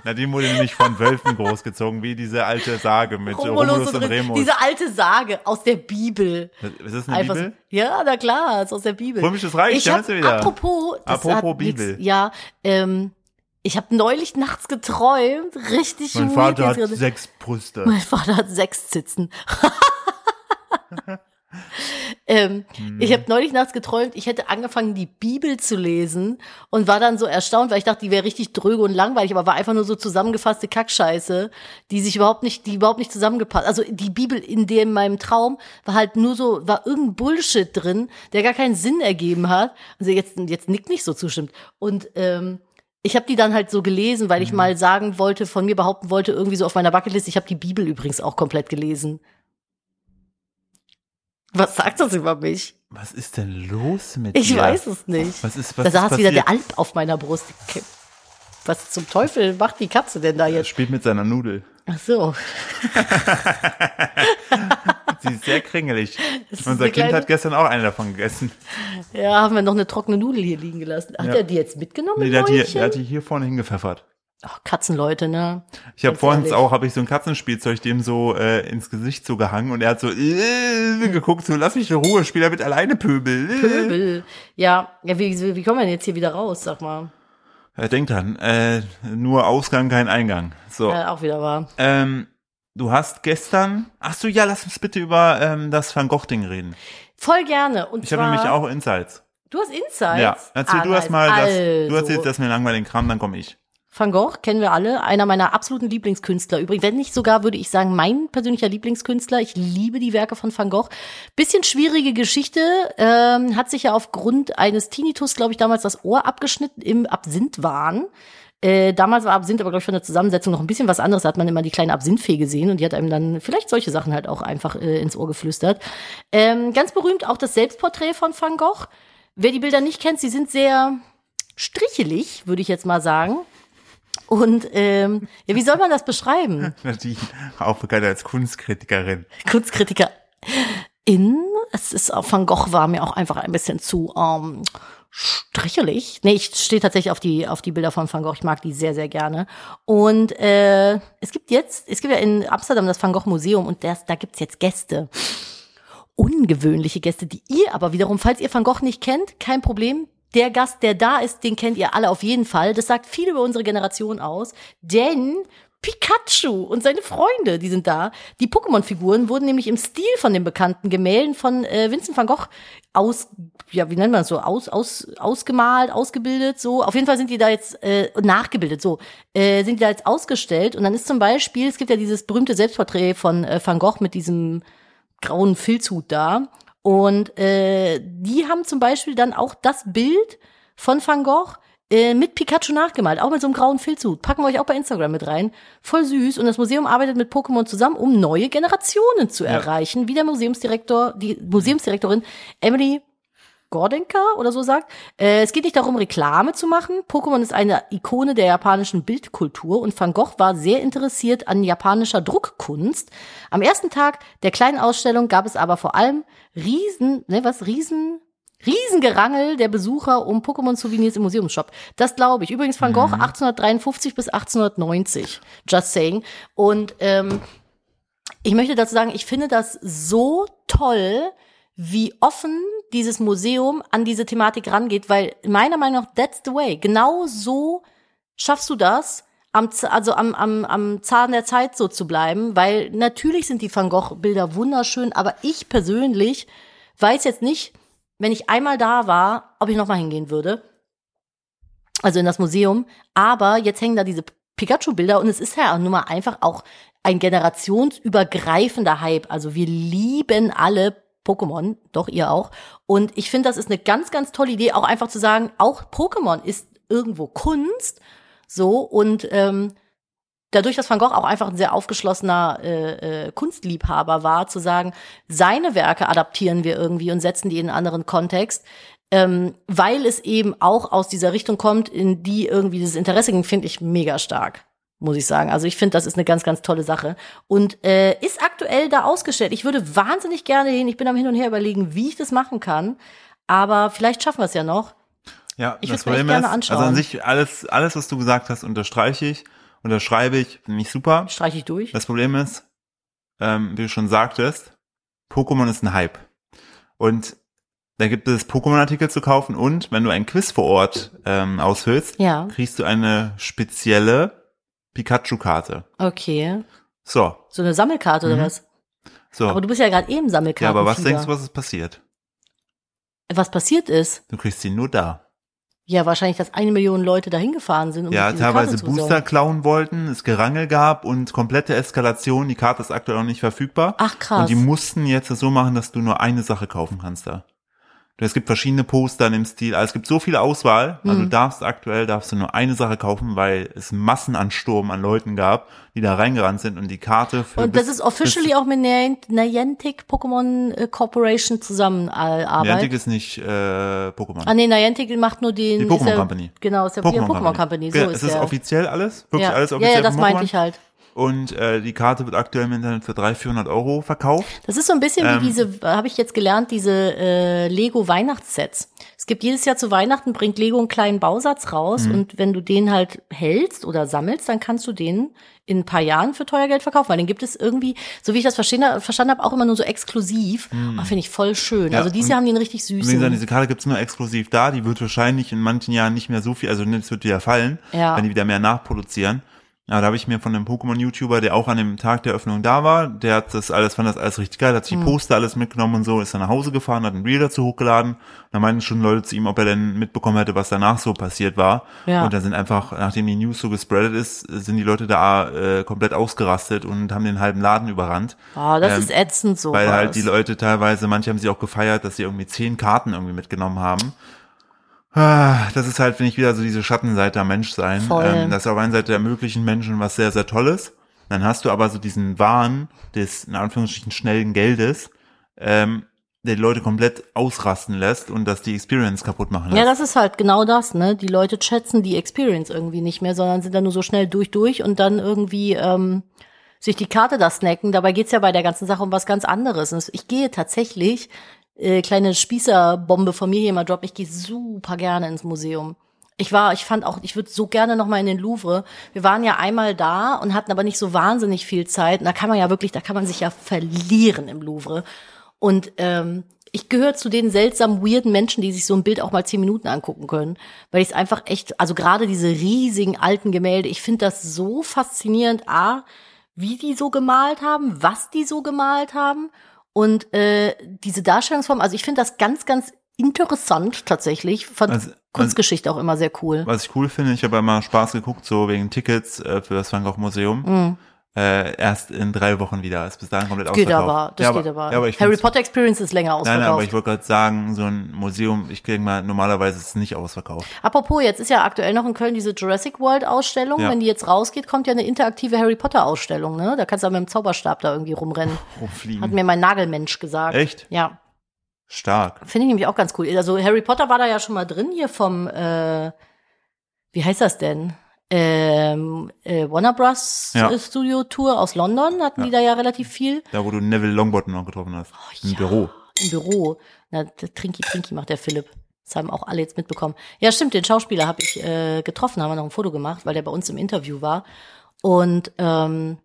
Nadine wurde nämlich von Wölfen großgezogen, wie diese alte Sage mit äh, Romulus, und Remus.
Diese alte Sage aus der Bibel.
ist das eine
Einfach so-
Bibel?
Ja, na klar, ist aus der Bibel.
Römisches Reich,
ich
da
hab,
bist du wieder.
Apropos, das
Apropos
hat
Bibel.
Nix, ja, ähm, ich habe neulich nachts geträumt, richtig
Mein
weird
Vater hat
jetzt gerade.
sechs Brüste.
Mein Vater hat sechs Zitzen. [LAUGHS] ähm, Ich habe neulich nachts geträumt, ich hätte angefangen, die Bibel zu lesen und war dann so erstaunt, weil ich dachte, die wäre richtig dröge und langweilig, aber war einfach nur so zusammengefasste Kackscheiße, die sich überhaupt nicht, die überhaupt nicht zusammengepasst. Also die Bibel in dem meinem Traum war halt nur so, war irgendein Bullshit drin, der gar keinen Sinn ergeben hat. Also jetzt, jetzt nickt nicht so zustimmt. Und ähm, ich habe die dann halt so gelesen, weil ich
Mhm.
mal sagen wollte, von mir behaupten wollte, irgendwie so auf meiner Bucketlist, ich habe die Bibel übrigens auch komplett gelesen. Was sagt das über mich?
Was ist denn los mit
Ich
dir?
weiß es nicht.
Was ist- was
da
ist
saß wieder
passiert?
der Alp auf meiner Brust. Ke- Was zum Teufel macht die Katze denn da
Er
jetzt?
spielt mit seiner Nudel.
Ach so.
Sie ist sehr
[LAUGHS]
kringelig.
ist
Unser
eine
Kind
kleine-
hat gestern auch eine davon gegessen.
Ja, haben wir noch eine trockene Nudel hier liegen gelassen. Hat
Ja.
er die jetzt mitgenommen?
Nee, der hat, die,
Mäulchen?
der hat die hier vorne hingepfeffert.
Ach, Katzenleute, ne?
Ich habe
Ganz
vorhin
ehrlich.
auch habe ich so ein Katzenspielzeug dem so äh, ins Gesicht so gehangen und er hat so äh, geguckt so lass mich in Ruhe, spiel damit alleine Pöbel. Äh.
Pöbel. Ja, ja wie, wie- wie kommen wir denn jetzt hier wieder raus, sag mal?
Äh, Denk dran, äh, nur Ausgang, kein Eingang. So,
Ja, auch wieder wahr.
ähm, du hast gestern. Ach so, ja, lass uns bitte über ähm, das Van Gogh Ding reden.
Voll gerne. Und
Ich
zwar,
habe nämlich auch Insights.
Du hast Insights?
Ja, erzähl
Ah,
du erst mal,
nice.
das,
also,
du erzählst erst mal den langweiligen Kram, dann komme ich. [LAUGHS]
Van Gogh kennen wir alle, einer meiner absoluten Lieblingskünstler. Übrigens, wenn nicht sogar, würde ich sagen, mein persönlicher Lieblingskünstler. Ich liebe die Werke von Van Gogh. Bisschen schwierige Geschichte, ähm, hat sich ja aufgrund eines Tinnitus, glaube ich, damals das Ohr abgeschnitten im Absinthwahn. Äh, damals war Absinth aber, glaube ich, von der Zusammensetzung noch ein bisschen was anderes. Da hat man immer die kleine Absinthfee gesehen und die hat einem dann vielleicht solche Sachen halt auch einfach äh, ins Ohr geflüstert. Ähm, ganz berühmt auch das Selbstporträt von Van Gogh. Wer die Bilder nicht kennt, sie sind sehr strichelig, würde ich jetzt mal sagen. Und ähm, ja, wie soll man
[LAUGHS]
das beschreiben?
Nadine, auch bekannt als Kunstkritikerin.
Kunstkritiker in, es ist auch Van Gogh war mir auch einfach ein bisschen zu ähm, strichelig. Nee, ich stehe tatsächlich auf die auf die Bilder von Van Gogh. Ich mag die sehr sehr gerne. Und äh, es gibt jetzt, es gibt ja in Amsterdam das Van Gogh Museum und das, da gibt's jetzt Gäste. ungewöhnliche Gäste, die ihr aber wiederum, falls ihr Van Gogh nicht kennt, kein Problem. Der Gast, der da ist, den kennt ihr alle auf jeden Fall. Das sagt viel über unsere Generation aus, denn Pikachu und seine Freunde, die sind da. Die Pokémon-Figuren wurden nämlich im Stil von den bekannten Gemälden von äh, Vincent van Gogh aus, ja, wie nennt man das so, aus, aus, ausgemalt, ausgebildet, so. Auf jeden Fall sind die da jetzt äh, nachgebildet, so. Äh, sind die da jetzt ausgestellt und dann ist zum Beispiel, es gibt ja dieses berühmte Selbstporträt von äh, Van Gogh mit diesem grauen Filzhut da. Und äh, die haben zum Beispiel dann auch das Bild von Van Gogh äh, mit Pikachu nachgemalt, auch mit so einem grauen Filzhut. Packen wir euch auch bei Instagram mit rein. Voll süß. Und das Museum arbeitet mit Pokémon zusammen, um neue Generationen zu erreichen, wie der Museumsdirektor, die Museumsdirektorin Emily Gordenka oder so sagt. Äh, es geht nicht darum, Reklame zu machen. Pokémon ist eine Ikone der japanischen Bildkultur und Van Gogh war sehr interessiert an japanischer Druckkunst. Am ersten Tag der kleinen Ausstellung gab es aber vor allem Riesen, ne, was, Riesen? Riesengerangel der Besucher um Pokémon-Souvenirs im Museumsshop. Das glaube ich. Übrigens Van Gogh 1853 bis 1890. Just saying. Und ähm, ich möchte dazu sagen, ich finde das so toll, wie offen dieses Museum an diese Thematik rangeht, weil meiner Meinung nach, that's the way. Genau so schaffst du das, am, Z- also am, am, am Zahn der Zeit so zu bleiben, weil natürlich sind die Van Gogh-Bilder wunderschön, aber ich persönlich weiß jetzt nicht, wenn ich einmal da war, ob ich nochmal hingehen würde. Also in das Museum. Aber jetzt hängen da diese Pikachu-Bilder und es ist ja nun mal einfach auch ein generationsübergreifender Hype. Also wir lieben alle Pokémon, doch ihr auch. Und ich finde, das ist eine ganz, ganz tolle Idee, auch einfach zu sagen, auch Pokémon ist irgendwo Kunst. So, und ähm, dadurch, dass Van Gogh auch einfach ein sehr aufgeschlossener äh, äh, Kunstliebhaber war, zu sagen, seine Werke adaptieren wir irgendwie und setzen die in einen anderen Kontext, ähm, weil es eben auch aus dieser Richtung kommt, in die irgendwie dieses Interesse ging, finde ich mega stark. Muss ich sagen. Also ich finde, das ist eine ganz, ganz tolle Sache. Und äh, ist aktuell da ausgestellt. Ich würde wahnsinnig gerne hin. Ich bin am Hin und Her überlegen, wie ich das machen kann. Aber vielleicht schaffen wir es ja noch.
Ja,
Ich
das
würd's mir echt
Problem
gerne
ist,
anschauen.
also an sich alles, alles, was du gesagt hast, unterstreiche ich, unterschreibe ich, finde ich super.
Streiche ich durch.
Das Problem ist, ähm, wie du schon sagtest, Pokémon ist ein Hype. Und da gibt es Pokémon-Artikel zu kaufen und wenn du ein Quiz vor Ort ähm, aushöhlst,
Ja,
kriegst du eine spezielle Pikachu-Karte.
okay.
So,
So eine Sammelkarte
Mhm.
oder was?
so.
Aber du bist ja gerade eben Sammelkarte.
ja, aber was denkst du, was ist passiert?
was passiert ist?
Du kriegst sie nur da.
Ja, wahrscheinlich, dass eine Million Leute dahin gefahren sind, um
ja,
sich diese
teilweise
Karte zu
Booster
besorgen.
klauen wollten, es Gerangel gab und komplette Eskalation. Die Karte ist aktuell noch nicht verfügbar.
Ach krass.
Und die mussten jetzt das so machen, dass du nur eine Sache kaufen kannst da. Es gibt verschiedene Poster in dem Stil. Also es gibt so viel Auswahl. Also du
Hm.
darfst aktuell darfst du nur eine Sache kaufen, weil es einen Massenansturm an Leuten gab, die da reingerannt sind und die Karte für
Und
bis-
das ist officially auch mit Nien- Niantic Pokémon äh, Corporation
bis, Niantic
Zusammenarbeit.
ist nicht äh, Pokémon.
Ah nee, Niantic macht nur den
Die
ist
Pokémon
der-
Company.
Genau, ist der Pokémon, Pokémon Company. So
Genau,
ist
es ist
der.
offiziell alles, wirklich
ja.
alles
ja,
offiziell
ja, das
von
meinte
Pokémon.
ich halt.
Und äh, die Karte wird aktuell im Internet für 300, 400 Euro verkauft.
Das ist so ein bisschen
Ähm.
wie diese, habe ich jetzt gelernt, diese äh, Lego Weihnachtssets. Es gibt jedes Jahr zu Weihnachten bringt Lego einen kleinen Bausatz raus
Mhm.
und wenn du den halt hältst oder sammelst, dann kannst du den in ein paar Jahren für teuer Geld verkaufen, weil den gibt es irgendwie, so wie ich das verstehen, verstanden habe, auch immer nur so exklusiv. Oh, Finde ich voll schön.
Mhm. Ja,
also dieses
und
Jahr haben die einen richtig
Und wie gesagt,
süßen.
diese Karte gibt's nur exklusiv da. Die wird wahrscheinlich in manchen Jahren nicht mehr so viel, also es wird wieder fallen,
Ja.
wenn die wieder mehr nachproduzieren. Aber da habe ich mir von einem Pokémon-YouTuber, der auch an dem Tag der Öffnung da war, der hat das alles, fand das alles richtig geil, hat sich
Hm.
die Poster alles mitgenommen und so, ist dann nach Hause gefahren, hat ein Reel dazu hochgeladen. Und da meinten schon Leute zu ihm, ob er denn mitbekommen hätte, was danach so passiert war.
Ja.
Und da sind einfach, nachdem die News so gespreadet ist, sind die Leute da äh, komplett ausgerastet und haben den halben Laden überrannt.
Ah, das
Ähm,
ist ätzend so.
Weil halt die Leute teilweise, manche haben sie auch gefeiert, dass sie irgendwie zehn Karten irgendwie mitgenommen haben. Ah, Das ist halt, finde ich, wieder so diese Schattenseite am Menschsein.
Voll.
Ähm, Das ist auf einer Seite ermöglichen Menschen was sehr, sehr Tolles. Dann hast du aber so diesen Wahn des, in Anführungsstrichen, schnellen Geldes, ähm, der die Leute komplett ausrasten lässt und dass die Experience kaputt machen
Ja,
lässt.
das ist halt genau das, ne? Die Leute schätzen die Experience irgendwie nicht mehr, sondern sind dann nur so schnell durch, durch und dann irgendwie ähm, sich die Karte da snacken. Dabei geht's ja bei der ganzen Sache um was ganz anderes. Und es- ich gehe tatsächlich, äh, kleine Spießerbombe von mir hier mal drop, ich gehe super gerne ins Museum. Ich war, ich fand auch, ich würde so gerne nochmal in den Louvre. Wir waren ja einmal da und hatten aber nicht so wahnsinnig viel Zeit. Und da kann man ja wirklich, da kann man sich ja verlieren im Louvre. Und ähm, ich gehöre zu den seltsamen, weirden Menschen, die sich so ein Bild auch mal zehn Minuten angucken können, weil ich es einfach echt, also gerade diese riesigen alten Gemälde, ich finde das so faszinierend, a, wie die so gemalt haben, was die so gemalt haben und äh, diese Darstellungsform, also ich finde das ganz, ganz interessant tatsächlich, fand
Also- also-
Kunstgeschichte auch immer sehr cool.
Was ich cool finde, ich habe immer Spaß geguckt, so wegen Tickets äh, für das Van Gogh Museum. Äh, erst in drei Wochen wieder. Ist bis dahin komplett
Geht
ausverkauft.
aber, Mhm. das
ja,
geht aber.
Ja, aber ich
Harry
find's-
Potter Experience ist länger
Nein,
ausverkauft.
nein, aber ich wollte gerade sagen, so ein Museum, ich denke mal, normalerweise ist es nicht ausverkauft.
Apropos, jetzt ist ja aktuell noch in Köln diese Jurassic World Ausstellung.
Ja.
Wenn die jetzt rausgeht, kommt ja eine interaktive Harry Potter Ausstellung, ne? Da kannst du auch mit dem Zauberstab da irgendwie rumrennen. Hat
Rumfliegen.
mir mein Nagelmensch gesagt.
Echt?
Ja.
Stark.
Finde ich nämlich auch ganz cool. Also Harry Potter war da ja schon mal drin hier vom, äh, wie heißt das denn? Ähm, äh, Warner Bros.
Ja.
Studio Tour aus London hatten die da ja relativ viel.
Da, wo du Neville Longbottom noch getroffen hast. Im
Oh, ja.
Büro.
im Büro. Na, der Trinki Trinki macht der Philipp. Das haben auch alle jetzt mitbekommen. Ja, stimmt, den Schauspieler habe ich äh, getroffen, haben wir noch ein Foto gemacht, weil der bei uns im Interview war. Und ähm,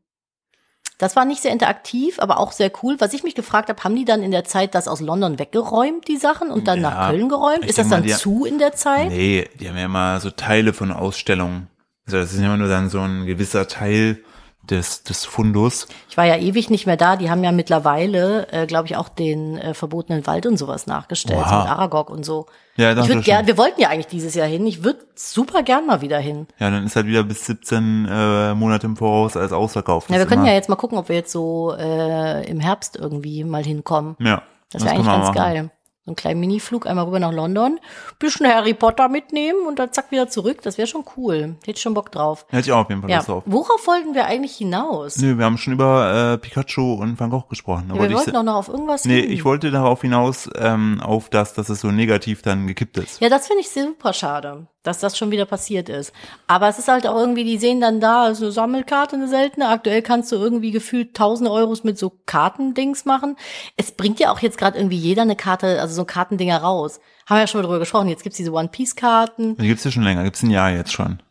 das war nicht sehr interaktiv, aber auch sehr cool. Was ich mich gefragt habe, haben die dann in der Zeit das aus London weggeräumt, die Sachen, und dann
Ja.
nach Köln geräumt?
Ich
Ist das
denk mal,
dann
die-
zu in der Zeit?
Nee, die haben ja immer so Teile von Ausstellungen. Also das ist immer nur dann so ein gewisser Teil des, des Fundus.
Ich war ja ewig nicht mehr da. Die haben ja mittlerweile, äh, glaube ich, auch den äh, verbotenen Wald und sowas nachgestellt, so
Wow.
mit Aragog und so.
Ja, das ist
ich würde
schon-
gern, wir wollten ja eigentlich dieses Jahr hin. Ich würde super gern mal wieder hin.
Ja, dann ist halt wieder bis 17 äh, Monate im Voraus als ausverkauft.
Ja, wir
ist
können
immer-
ja jetzt mal gucken, ob wir jetzt so äh, im Herbst irgendwie mal hinkommen.
Ja,
Das
können
wäre eigentlich
wir machen.
ganz geil. So einen kleinen Miniflug einmal rüber nach London, bisschen Harry Potter mitnehmen und dann zack wieder zurück. Das wäre schon cool. Hätte ich schon Bock drauf.
Hätte ich auch auf jeden Fall
Ja,
Lust drauf.
worauf wollten wir eigentlich hinaus?
Nö, wir haben schon über äh, Pikachu und Van Gogh gesprochen. Da
wir
wollte ich,
wollten doch noch auf irgendwas
nee,
hin.
ich wollte darauf hinaus, ähm, auf das, dass es so negativ dann gekippt ist.
Ja, das finde ich super schade, dass das schon wieder passiert ist. Aber es ist halt auch irgendwie, die sehen dann da so Sammelkarte, eine seltene. Aktuell kannst du irgendwie gefühlt tausende Euros mit so Kartendings machen. Es bringt ja auch jetzt gerade irgendwie jeder eine Karte, also so ein Kartendinger raus. Haben wir ja schon mal drüber gesprochen. Jetzt gibt's diese One-Piece-Karten,
Die gibt's ja schon länger, gibt's ein Jahr jetzt schon.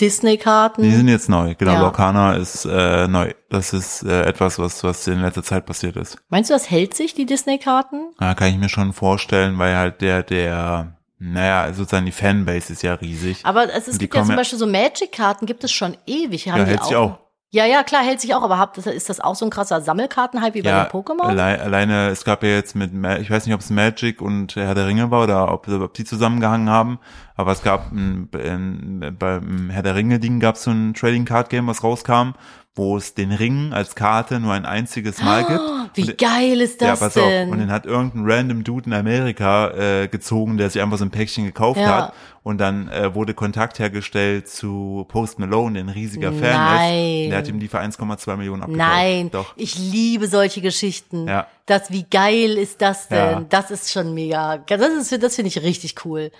Die
Disney-Karten.
sind jetzt neu. Genau,
Hm. Ja.
Lorcana ist äh, neu. Das ist äh, etwas, was, was in letzter Zeit passiert ist.
Meinst du, das hält sich, die Disney-Karten?
Ja, kann ich mir schon vorstellen, weil halt der, der, naja, sozusagen die Fanbase ist ja riesig.
Aber es, es
Die
gibt ja
kommen
zum
ja-
Beispiel so Magic-Karten, gibt es schon ewig. Haben
Ja,
die
hält
auch?
sich auch.
Ja, ja, klar, hält sich auch. Aber habt, ist das auch so ein krasser Sammelkarten-Hype wie bei den Pokémon?
Allein, alleine, es gab ja jetzt mit, Ma- ich weiß nicht, ob es Magic und Herr der Ringe war oder ob, ob die zusammengehangen haben, aber es gab ein, ein, beim Herr der Ringe-Ding gab es so ein Trading Card Game, was rauskam, wo es den Ring als Karte nur ein einziges Mal
Oh,
gibt.
Wie geil ist das
ja, pass
denn?
auf. Und den hat irgendein random Dude in Amerika äh, gezogen, der sich einfach so ein Päckchen gekauft
Ja.
hat. Und dann äh, wurde Kontakt hergestellt zu Post Malone, der ein riesiger Fan
Nein.
ist. Der hat ihm die für 1,2 Millionen abgekauft.
Nein,
Doch.
ich liebe solche Geschichten.
Ja.
Das, wie geil ist das denn?
Ja.
Das ist schon mega. Das ist, das finde ich richtig cool.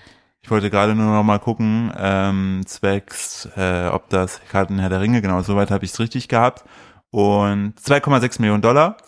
Ich wollte gerade nur noch mal gucken, ähm, zwecks, äh, ob das Karten Herr der Ringe, genau, soweit habe ich es richtig gehabt. Und 2,6 Millionen Dollar.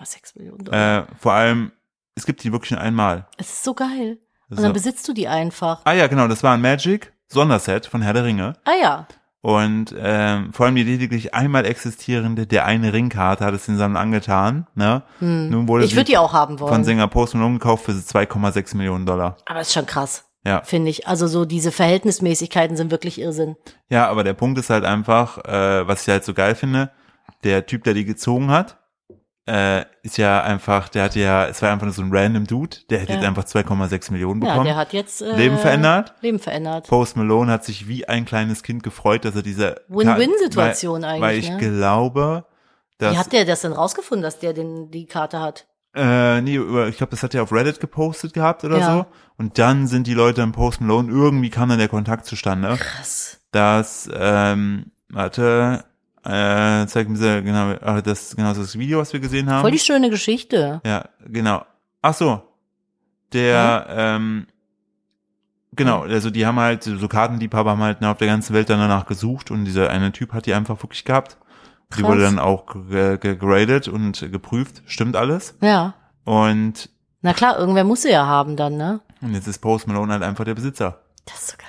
2,6 Millionen Dollar.
Äh, vor allem, es gibt die wirklich nur einmal.
Es ist so geil. Und
So.
dann besitzt du die einfach.
Ah ja, genau, das war ein Magic Sonderset von Herr der Ringe.
Ah ja.
Und ähm, vor allem die lediglich einmal existierende, der eine Ringkarte hat es den Sammlern angetan. Ne? Nun wurde
Hm. Ich würde die auch haben wollen.
von Sänger Post Malone gekauft für 2,6 Millionen Dollar.
Aber ist schon krass,
Ja.
finde ich. Also so diese Verhältnismäßigkeiten sind wirklich Irrsinn.
Ja, aber der Punkt ist halt einfach, äh, was ich halt so geil finde, der Typ, der die gezogen hat, äh, ist ja einfach, der hat ja, es war einfach nur so ein random Dude, der hätte
Ja.
jetzt einfach 2,6 Millionen
Ja,
bekommen.
der hat jetzt äh,
Leben verändert?
Leben verändert.
Post Malone hat sich wie ein kleines Kind gefreut, dass er diese
Win-win-Situation
weil-
eigentlich,
Weil ich
ne?
glaube,
Wie
dass
hat der das denn rausgefunden, dass der den die Karte hat?
äh, nee, über- ich glaube, das hat er auf Reddit gepostet gehabt oder
Ja.
so. Und dann sind die Leute im Post Malone, irgendwie kam dann der Kontakt zustande.
Krass.
dass, ähm, warte, äh, zeig mir sehr genau, ach, das, genau das Video, was wir gesehen haben.
Voll die schöne Geschichte.
ja, genau. Ach so, der,
Mhm.
ähm, genau, also die haben halt, so Kartenliebhaber haben halt ne, auf der ganzen Welt dann danach gesucht und dieser eine Typ hat die einfach wirklich gehabt. Die
Krass.
wurde dann auch ge- ge- gegradet und geprüft, stimmt alles.
Ja.
Und,
Na klar, irgendwer muss sie ja haben dann, ne?
und jetzt ist Post Malone halt einfach der Besitzer.
Das ist so geil.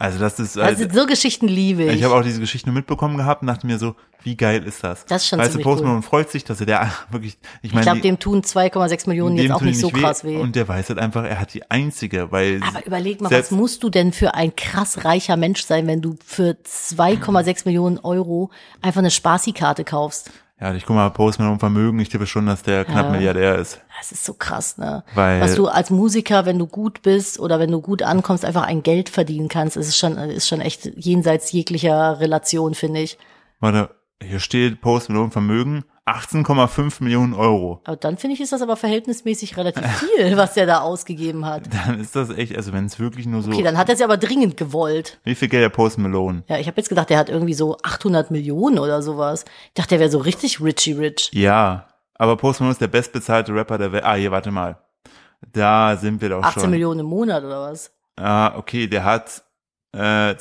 Also das ist,
Also so Geschichten liebe ich.
Ich habe auch diese Geschichte mitbekommen gehabt und dachte mir so, wie geil ist das?
Das ist schon
Weißt du,
ziemlich
Post
cool.
Malone freut sich, dass er der [LAUGHS] wirklich, ich
ich
meine,
glaube,
die-
dem tun 2,6 Millionen
dem
jetzt auch
tun die
nicht so krass weh.
Und der weiß halt einfach, er hat die einzige, weil
Aber überleg mal, was
selbst,
musst du denn für ein krass reicher Mensch sein, wenn du für 2,6 Millionen Euro einfach eine Spaßi-Karte kaufst?
ja, ich guck mal, Post Malone Vermögen, ich tippe schon, dass der knapp
Ja.
Milliardär ist.
Das ist so krass, ne?
Weil-
was du als Musiker, wenn du gut bist oder wenn du gut ankommst, einfach ein Geld verdienen kannst, ist schon, ist schon echt jenseits jeglicher Relation, finde ich.
Warte, hier steht Post Malone Vermögen 18,5 Millionen Euro. [LAUGHS]
Aber dann finde ich, ist das aber verhältnismäßig relativ viel, [LAUGHS] was der da ausgegeben hat.
Dann ist das echt, also wenn es wirklich nur so,
Okay, dann hat er es ja aber dringend gewollt.
wie viel Geld hat Post Malone?
Ja, ich habe jetzt gedacht, der hat irgendwie so 800 Millionen oder sowas. Ich dachte, der wäre so richtig Richie Rich.
Ja, aber Post Malone ist der bestbezahlte Rapper der Welt. Ah, hier, warte mal. Da sind wir doch
18
schon.
Millionen im Monat oder was?
Ah, okay, der hat äh,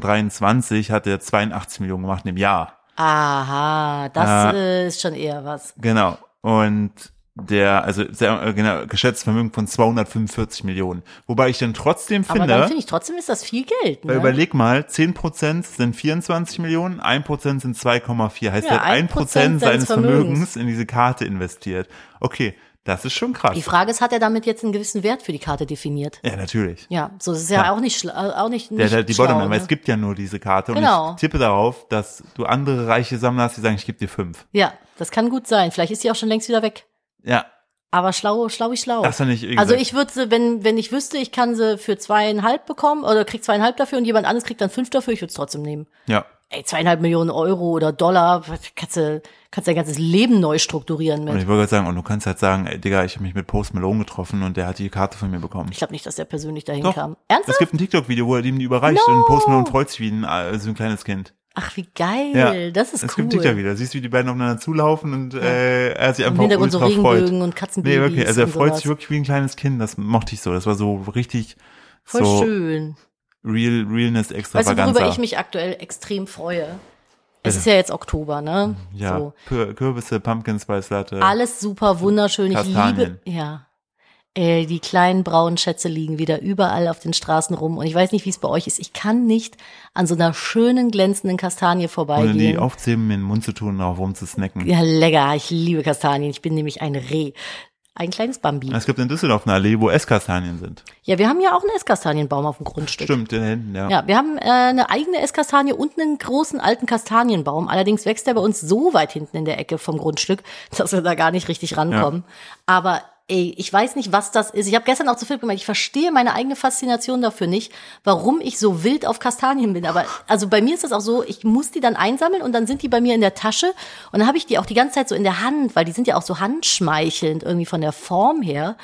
2023 hat er 82 Millionen gemacht im Jahr.
Aha, das
Ja.
äh, ist schon eher was.
Genau. Und der, also sehr, äh, genau, geschätztes Vermögen von 245 Millionen. Wobei ich dann trotzdem
Aber
finde,
dann finde ich, trotzdem ist das viel Geld.
weil
Ne?
überleg mal, 10% sind 24 Millionen, 1% sind 2,4. Heißt,
Ja,
er hat 1% seines
1% seines
Vermögens
Vermögens
in diese Karte investiert. Okay, das ist schon krass.
Die Frage ist, hat er damit jetzt einen gewissen Wert für die Karte definiert?
ja, natürlich.
Ja, so das ist ja,
Ja.
auch nicht, schla- äh, auch nicht,
Der
nicht
hat halt die
schlau,
Bottomline, weil
ne?
es gibt ja nur diese Karte. Und
Genau.
ich tippe darauf, dass du andere reiche Sammler hast, die sagen, ich gebe dir fünf.
Ja, das kann gut sein. Vielleicht ist sie auch schon längst wieder weg.
Ja,
Aber schlau, schlau ist schlau.
das fand ich irgendwie.
Also ich würde sie, wenn, wenn ich wüsste, ich kann sie für zweieinhalb bekommen oder krieg zweieinhalb dafür und jemand anderes kriegt dann fünf dafür, ich würde es trotzdem nehmen.
Ja,
Ey, zweieinhalb Millionen Euro oder Dollar, was- kannst du kannst dein ganzes Leben neu strukturieren
und
mit.
ich wollte gerade sagen, und du kannst halt sagen, ey, Digga, ich habe mich mit Post Malone getroffen und der hat die Karte von mir bekommen.
Ich glaube nicht, dass der persönlich dahin
Doch.
kam.
Es
Ernsthaft?
gibt ein TikTok-Video, wo er ihm die überreicht
No.
und Post Malone freut sich wie ein, äh, so ein kleines Kind.
Ach, wie geil.
Ja.
Das
es
ist cool.
gibt ein TikTok-Video, da siehst du, wie die beiden aufeinander zulaufen und äh, er sich
Im
einfach
Hintergrund so
ultra freut.
Regenbögen und
Nee,
Katzenbabys
wirklich, also er
und
freut
sowas.
sich wirklich wie ein kleines Kind, das mochte ich so. Das war so richtig
Voll
so
schön.
Real, Realness
Weißt du,
extravaganza.
worüber ich mich aktuell extrem freue? Es ist ja jetzt Oktober, ne?
ja,
So.
Kür- Kürbisse, Pumpkin Spice Latte.
Alles super wunderschön. Ich
Kastanien.
liebe, ja. Äh, die kleinen braunen Schätze liegen wieder überall auf den Straßen rum. Und ich weiß nicht, wie es bei euch ist. Ich kann nicht an so einer schönen, glänzenden Kastanie
ohne die
vorbeigehen.
aufzuheben, mir in den Mund zu tun, darauf rumzusnacken.
Ja, lecker. Ich liebe Kastanien. Ich bin nämlich ein Reh. Ein kleines Bambi.
Es gibt in Düsseldorf eine Allee, wo Esskastanien sind.
Ja, wir haben ja auch einen Esskastanienbaum auf dem Grundstück.
Stimmt, in Händen, ja.
Ja, wir haben äh, eine eigene Esskastanie und einen großen alten Kastanienbaum. Allerdings wächst der bei uns so weit hinten in der Ecke vom Grundstück, [LAUGHS] dass wir da gar nicht richtig rankommen. Aber ey, ich weiß nicht, was das ist. Ich habe gestern auch zu Philipp gemeint, ich verstehe meine eigene Faszination dafür nicht, warum ich so wild auf Kastanien bin. Aber also bei mir ist das auch so, ich muss die dann einsammeln und dann sind die bei mir in der Tasche und dann habe ich die auch die ganze Zeit so in der Hand, weil die sind ja auch so handschmeichelnd irgendwie von der Form her.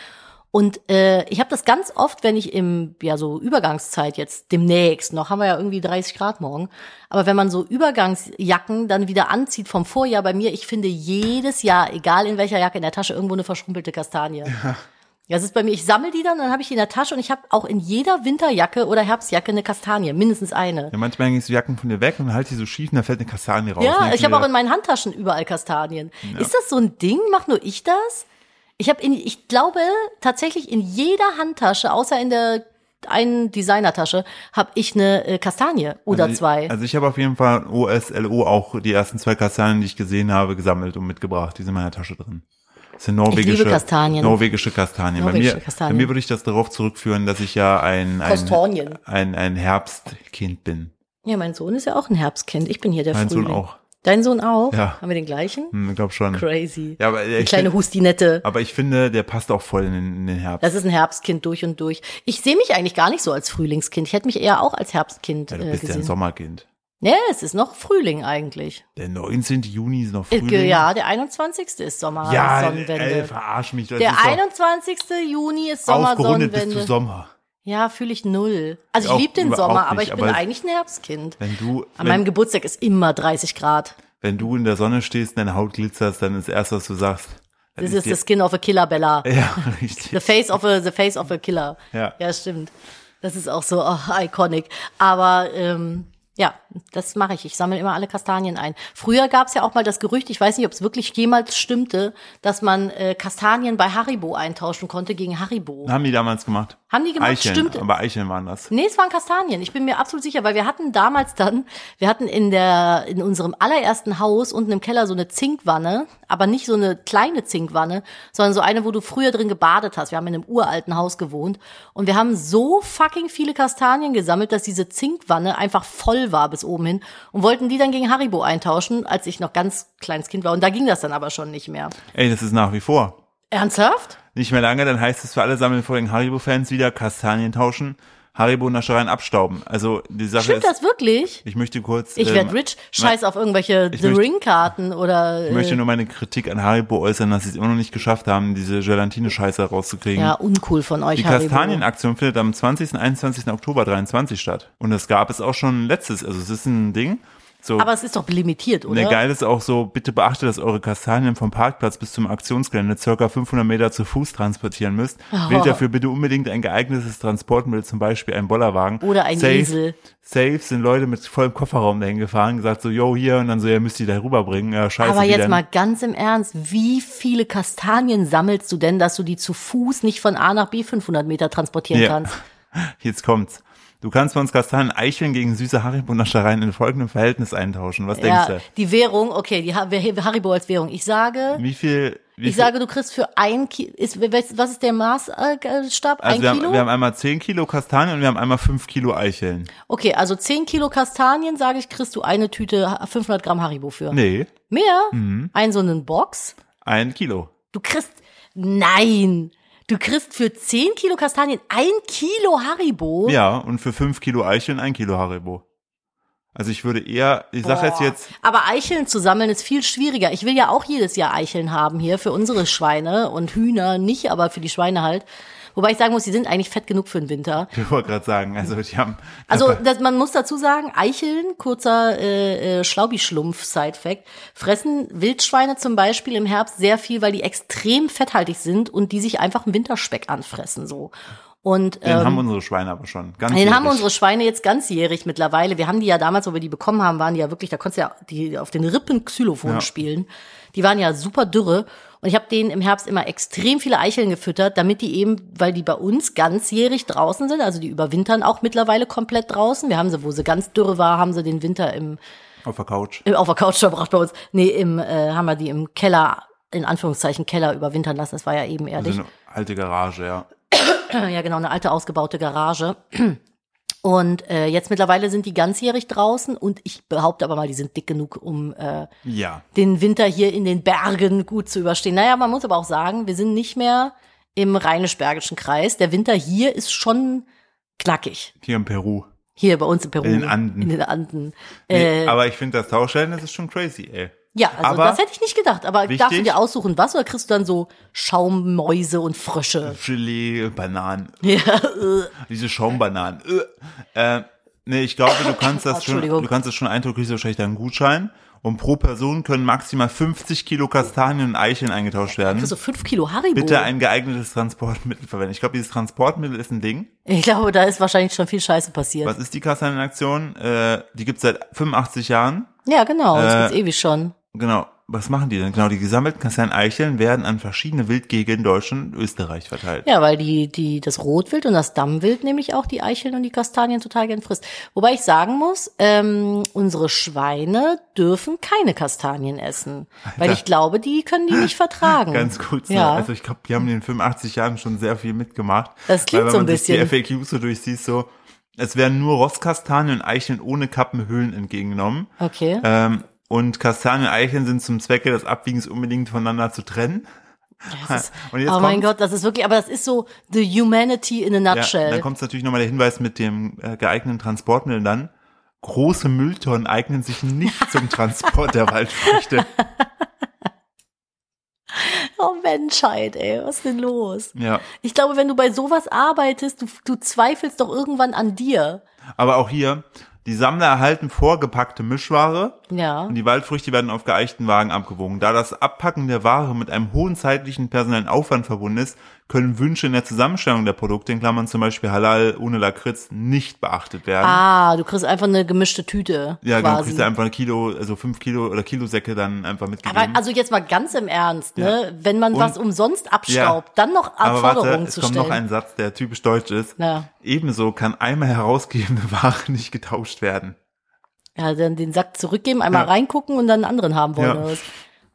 Und äh, ich habe das ganz oft, wenn ich im, ja, so Übergangszeit jetzt demnächst, noch haben wir ja irgendwie 30 Grad morgen, aber wenn man so Übergangsjacken dann wieder anzieht vom Vorjahr bei mir, ich finde jedes Jahr, egal in welcher Jacke, in der Tasche irgendwo eine verschrumpelte Kastanie. Ja. Das ist bei mir, ich sammle die dann, dann habe ich die in der Tasche und ich habe auch in jeder Winterjacke oder Herbstjacke eine Kastanie, mindestens eine.
Ja, manchmal gehen die Jacken von dir weg und halt die so schief und da fällt eine Kastanie raus.
Ja,
Und
ich habe auch
wieder-
in meinen Handtaschen überall Kastanien. Ist das so ein Ding? Mach nur ich das? Ich habe in, ich glaube tatsächlich in jeder Handtasche, außer in der einen Designertasche, habe ich eine äh, Kastanie oder
also, ich-
zwei.
Also ich habe auf jeden Fall OSLO auch die ersten zwei Kastanien, die ich gesehen habe, gesammelt und mitgebracht. Die sind in meiner Tasche drin. Das sind norwegische
Kastanien.
Norwegische Kastanien.
Norwegische
bei, mir,
Kastanien.
bei mir würde ich das darauf zurückführen, dass ich ja ein, ein,
Kostornien.
ein, ein Herbstkind bin.
ja, mein Sohn ist ja auch ein Herbstkind. Ich bin hier der
Mein
Frühling.
Sohn auch.
Dein Sohn auch?
Ja.
Haben wir den gleichen?
Hm, ich glaube schon.
Crazy.
Ja, aber,
Die
ich
kleine
find,
Hustinette.
aber ich finde, der passt auch voll in den, in den Herbst.
Das ist ein Herbstkind durch und durch. Ich sehe mich eigentlich gar nicht so als Frühlingskind. Ich hätte mich eher auch als Herbstkind
Ja, du
äh,
bist ja ein
gesehen.
Sommerkind.
Ja, es ist noch Frühling eigentlich.
Der 19. Juni ist noch
Äh,
Frühling.
Ja, der 21. ist Sommer.
ja
Sonnenwende.
ey, verarsch mich. Das
der
ist doch
21. Juni ist
Aufgerundet bist du
Sommersonnenwende.
Sommer.
ja, fühle ich null. Also
Auch
ich liebe den
überhaupt
Sommer, aber
nicht,
ich bin
aber-
eigentlich ein Herbstkind.
Wenn du,
An
wenn,
meinem Geburtstag ist immer 30 Grad.
wenn du in der Sonne stehst und deine Haut glitzerst, dann ist erst, was du sagst. dann
This is
die-
the skin of a killer, Bella.
[LAUGHS] Ja,
The
richtig.
face of a, the face of a killer.
Ja.
ja stimmt. Das ist auch so oh, iconic. Aber ähm, ja, das mache ich. Ich sammle immer alle Kastanien ein. Früher gab es ja auch mal das Gerücht, ich weiß nicht, ob es wirklich jemals stimmte, dass man äh, Kastanien bei Haribo eintauschen konnte gegen Haribo.
Haben die damals gemacht.
Haben die gemacht?
Eicheln,
Stimmt.
aber Eicheln waren das.
Nee, es waren Kastanien. Ich bin mir absolut sicher, weil wir hatten damals dann, wir hatten in der, in unserem allerersten Haus unten im Keller so eine Zinkwanne, aber nicht so eine kleine Zinkwanne, sondern so eine, wo du früher drin gebadet hast. Wir haben in einem uralten Haus gewohnt und wir haben so fucking viele Kastanien gesammelt, dass diese Zinkwanne einfach voll war bis oben hin und wollten die dann gegen Haribo eintauschen, als ich noch ganz kleines Kind war. Und da ging das dann aber schon nicht mehr.
Ey, das ist nach wie vor.
Ernsthaft?
Nicht mehr lange, dann heißt es für alle sammelvollen Haribo-Fans wieder Kastanien tauschen, Haribo-Naschereien abstauben. Also die Sache
Stimmt
ist,
das wirklich?
ich möchte kurz,
Ich
ähm,
werd rich. Scheiß auf irgendwelche The
möchte-
Ring-Karten oder.
ich möchte nur meine Kritik an Haribo äußern, dass sie es immer noch nicht geschafft haben, diese Gelatine-Scheiße rauszukriegen.
Ja, uncool von euch,
Hm. Die
Haribo.
Kastanienaktion findet am 20. und 21. Oktober 23 statt. Und das gab es auch schon letztes, also es ist ein Ding. Es So.
Aber es ist doch limitiert, oder?
Ne, geil ist auch so, bitte beachte, dass eure Kastanien vom Parkplatz bis zum Aktionsgelände circa 500 Meter zu Fuß transportieren müsst.
Oh.
Wählt dafür bitte unbedingt ein geeignetes Transportmittel, zum Beispiel einen Bollerwagen.
Oder ein
Safe-
Esel.
Safe sind Leute mit vollem Kofferraum dahin gefahren, gesagt so, yo, hier, und dann so, ja, müsst ihr da rüberbringen, ja, scheiße.
Aber
wie
jetzt
denn?
mal ganz im Ernst, wie viele Kastanien sammelst du denn, dass du die zu Fuß nicht von A nach B 500 Meter transportieren
Ja.
kannst?
Jetzt kommt's. Du kannst bei uns Kastanien, Eicheln gegen süße Haribo-Naschereien in folgendem Verhältnis eintauschen. Was
Ja,
denkst
die Währung, okay, die Ha- Haribo als Währung. Ich sage,
du? Wie viel? Wie
ich
viel?
sage, du kriegst für ein Kilo, ist, was ist der Maßstab?
also
ein
wir,
Kilo?
Haben, wir haben einmal 10 Kilo Kastanien und wir haben einmal 5 Kilo Eicheln.
okay, also 10 Kilo Kastanien, sage ich, kriegst du eine Tüte Ha- 500 Gramm Haribo für.
Nee, Mhm.
Mehr? Ein so einen Box?
ein Kilo.
Du kriegst, nein, du kriegst für 10 Kilo Kastanien ein Kilo Haribo?
Ja, und für 5 Kilo Eicheln ein Kilo Haribo. Also ich würde eher, ich sag jetzt
Boah.
jetzt, [LAUGHS]
Aber Eicheln zu sammeln ist viel schwieriger. Ich will ja auch jedes Jahr Eicheln haben hier für unsere Schweine und Hühner nicht, aber für die Schweine halt. Wobei ich sagen muss, die sind eigentlich fett genug für den Winter.
ich wollte gerade sagen, also die haben,
Also das, man muss dazu sagen, Eicheln, kurzer äh, äh, Schlaubi-Schlumpf-Side-Fact, fressen Wildschweine zum Beispiel im Herbst sehr viel, weil die extrem fetthaltig sind und die sich einfach im Winterspeck anfressen so. Und
den
ähm,
haben unsere Schweine aber schon. Ganz
den haben
ehrlich.
unsere Schweine jetzt ganzjährig mittlerweile. Wir haben die ja damals, wo wir die bekommen haben, waren die ja wirklich, da konntest du ja die auf den Rippen Xylophon
Ja.
spielen. Die waren ja super dürre. Und ich habe denen im Herbst immer extrem viele Eicheln gefüttert, damit die eben, weil die bei uns ganzjährig draußen sind, also die überwintern auch mittlerweile komplett draußen. Wir haben sie, wo sie ganz dürre war, haben sie den Winter im,
auf der Couch.
im auf der Couch verbracht bei uns. Nee, im, äh, haben wir die im Keller, in Anführungszeichen Keller überwintern lassen. Das war ja eben ehrlich
Also eine alte Garage, ja.
[CLEARS THROAT] ja genau, eine alte ausgebaute Garage. [CLEARS THROAT] Und äh, jetzt mittlerweile sind die ganzjährig draußen und ich behaupte aber mal, die sind dick genug, um äh,
Ja.
den Winter hier in den Bergen gut zu überstehen. Naja, man muss aber auch sagen, wir sind nicht mehr im rheinisch-bergischen Kreis. Der Winter hier ist schon knackig.
Hier in Peru.
Hier bei uns in Peru.
In den Anden.
In den Anden.
Nee,
Äh,
aber ich finde das Tauschstellen, das ist schon crazy, ey.
ja, also
aber-
das hätte ich nicht gedacht. Aber darfst du
Wichtig-
dir aussuchen, was oder kriegst du dann so Schaummäuse und Frösche? [LAUGHS]
Chili, Bananen,
Ja,
diese Schaumbananen. Äh, äh, nee, ich glaube, du kannst das schon,
Entschuldigung.
du kannst das schon Eindruck, kriegst du wahrscheinlich dann einen Gutschein. Und pro Person können maximal 50 Kilo Kastanien und Eicheln eingetauscht werden.
so Oh. fünf Kilo Haribo.
Bitte ein geeignetes Transportmittel verwenden. Ich glaube, dieses Transportmittel ist ein Ding.
Ich glaube, da ist wahrscheinlich schon viel Scheiße passiert.
Was ist die Kastanienaktion? Äh, die gibt's seit 85 Jahren.
Ja, genau, das
Äh,
gibt's ewig schon.
Genau. Was machen die denn? Genau, die gesammelten Kastanien-Eicheln werden an verschiedene Wildgegenden in Deutschland und Österreich verteilt.
Ja, weil die, die, das Rotwild und das Dammwild nämlich auch die Eicheln und die Kastanien total gern frisst. Wobei ich sagen muss, ähm, unsere Schweine dürfen keine Kastanien essen. Weil ich glaube, die können
[LAUGHS]
die nicht vertragen.
Ganz kurz,
Ja.
ja. also ich glaube, die haben in den 85 Jahren schon sehr viel mitgemacht.
Das klingt
Weil wenn
so ein
man Sich
bisschen.
die FAQs so durchsieht, so, es werden nur Rosskastanien und Eicheln ohne Kappenhöhlen entgegengenommen.
okay.
Ähm, und Kastanien und Eicheln sind zum Zwecke des Abwiegens unbedingt voneinander zu trennen.
das ist,
und jetzt
oh mein
kommt's.
Gott, das ist wirklich, aber das ist so the humanity in a
Ja,
nutshell.
dann kommt natürlich nochmal der Hinweis mit dem äh, geeigneten Transportmittel dann. Große Mülltonnen eignen sich nicht
[LAUGHS]
zum Transport der Waldfrüchte.
oh Menschheit, ey, was ist denn los?
Ja.
Ich glaube, wenn du bei sowas arbeitest, du, du zweifelst doch irgendwann an dir.
Aber auch hier, die Sammler erhalten vorgepackte Mischware.
Ja.
Und die Waldfrüchte werden auf geeichten Wagen abgewogen. Da das Abpacken der Ware mit einem hohen zeitlichen personellen Aufwand verbunden ist, können Wünsche in der Zusammenstellung der Produkte, in Klammern zum Beispiel Halal ohne Lakritz, nicht beachtet werden.
Ah, du kriegst einfach eine gemischte Tüte.
ne? ja, genau,
quasi.
kriegst du einfach ein Kilo, also fünf Kilo oder Kilosäcke dann einfach mitgegeben.
aber also jetzt mal ganz im Ernst, ne? Wenn man
Und-
was umsonst abstaubt,
Ja.
dann noch
Aber
Anforderungen
es
zu
kommt
stellen.
noch ein Satz, der typisch deutsch ist.
Ja.
Ebenso kann einmal herausgegebene [LAUGHS] Ware nicht getauscht werden.
ja, dann den Sack zurückgeben, einmal
Ja.
reingucken und dann einen anderen haben wollen.
Ja.
Oder was.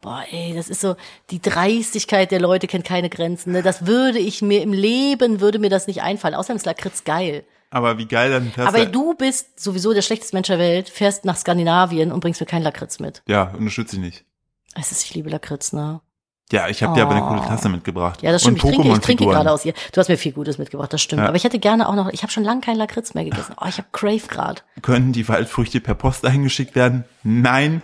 Boah, ey, das ist so, die Dreistigkeit der Leute kennt keine Grenzen. Ne? Das würde ich mir im Leben, würde mir das nicht einfallen. Außerdem ist Lakritz geil.
Aber wie geil dann fährst
Aber du bist sowieso der schlechteste Mensch der Welt, fährst nach Skandinavien und bringst mir keinen Lakritz mit.
Ja, unterstütze ich nicht.
Es ist, ich liebe Lakritz, ne?
Ja, ich habe dir aber eine coole Tasse mitgebracht.
Ja, das
Und
stimmt. Ich trinke, ich trinke
Pokémon-Figuren.
gerade aus ihr. Du hast mir viel Gutes mitgebracht, das stimmt.
Ja.
Aber ich hätte gerne auch noch, ich habe schon lange keinen Lakritz mehr gegessen. Oh, ich habe Crave gerade.
Können die Waldfrüchte per Post eingeschickt werden? Nein.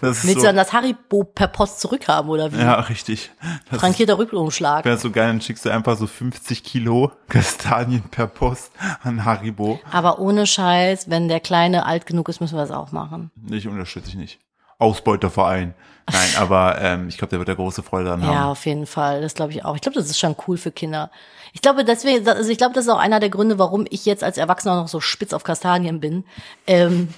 Das ist
Willst
so.
du dann das Haribo per Post zurückhaben oder wie?
ja, richtig. Das
Frankierter Rückumschlag.
wäre so geil, dann schickst du einfach so 50 Kilo Kastanien per Post an Haribo.
Aber ohne Scheiß, wenn der Kleine alt genug ist, müssen wir es auch machen.
Ich unterstütze dich nicht. Ausbeuterverein. Nein, aber ähm, ich glaube, der wird da große Freude dran
Ja,
haben.
auf jeden Fall. Das glaube ich auch. Ich glaube, das ist schon cool für Kinder. Ich glaube, deswegen, also ich glaube, das ist auch einer der Gründe, warum ich jetzt als Erwachsener noch so spitz auf Kastanien bin. Ähm,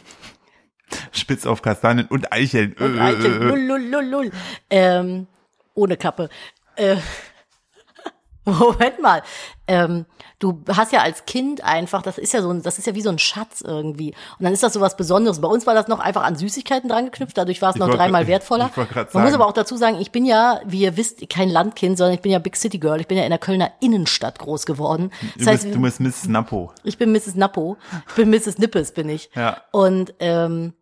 Spitz auf Kastanien und Eicheln. Äh,
und
[LAUGHS]
alte Lulululul. Ähm, ohne Kappe. Äh, [LAUGHS] Moment mal. Ähm, du hast ja als Kind einfach, das ist ja so ein, das ist ja wie so ein Schatz irgendwie. Und dann ist das so was Besonderes. Bei uns war das noch einfach an Süßigkeiten dran geknüpft, dadurch war es noch
wollte-
dreimal wertvoller.
[LAUGHS] ich wollte gerade
Man muss
sagen.
aber auch dazu sagen, ich bin ja, wie ihr wisst, kein Landkind, sondern ich bin ja Big City Girl. Ich bin ja in der Kölner Innenstadt groß geworden.
du, bist, du bist Miss Nappo.
Ich bin Mrs. Nappo. Ich bin Mrs. Nippes, bin ich.
Ja.
Und ähm,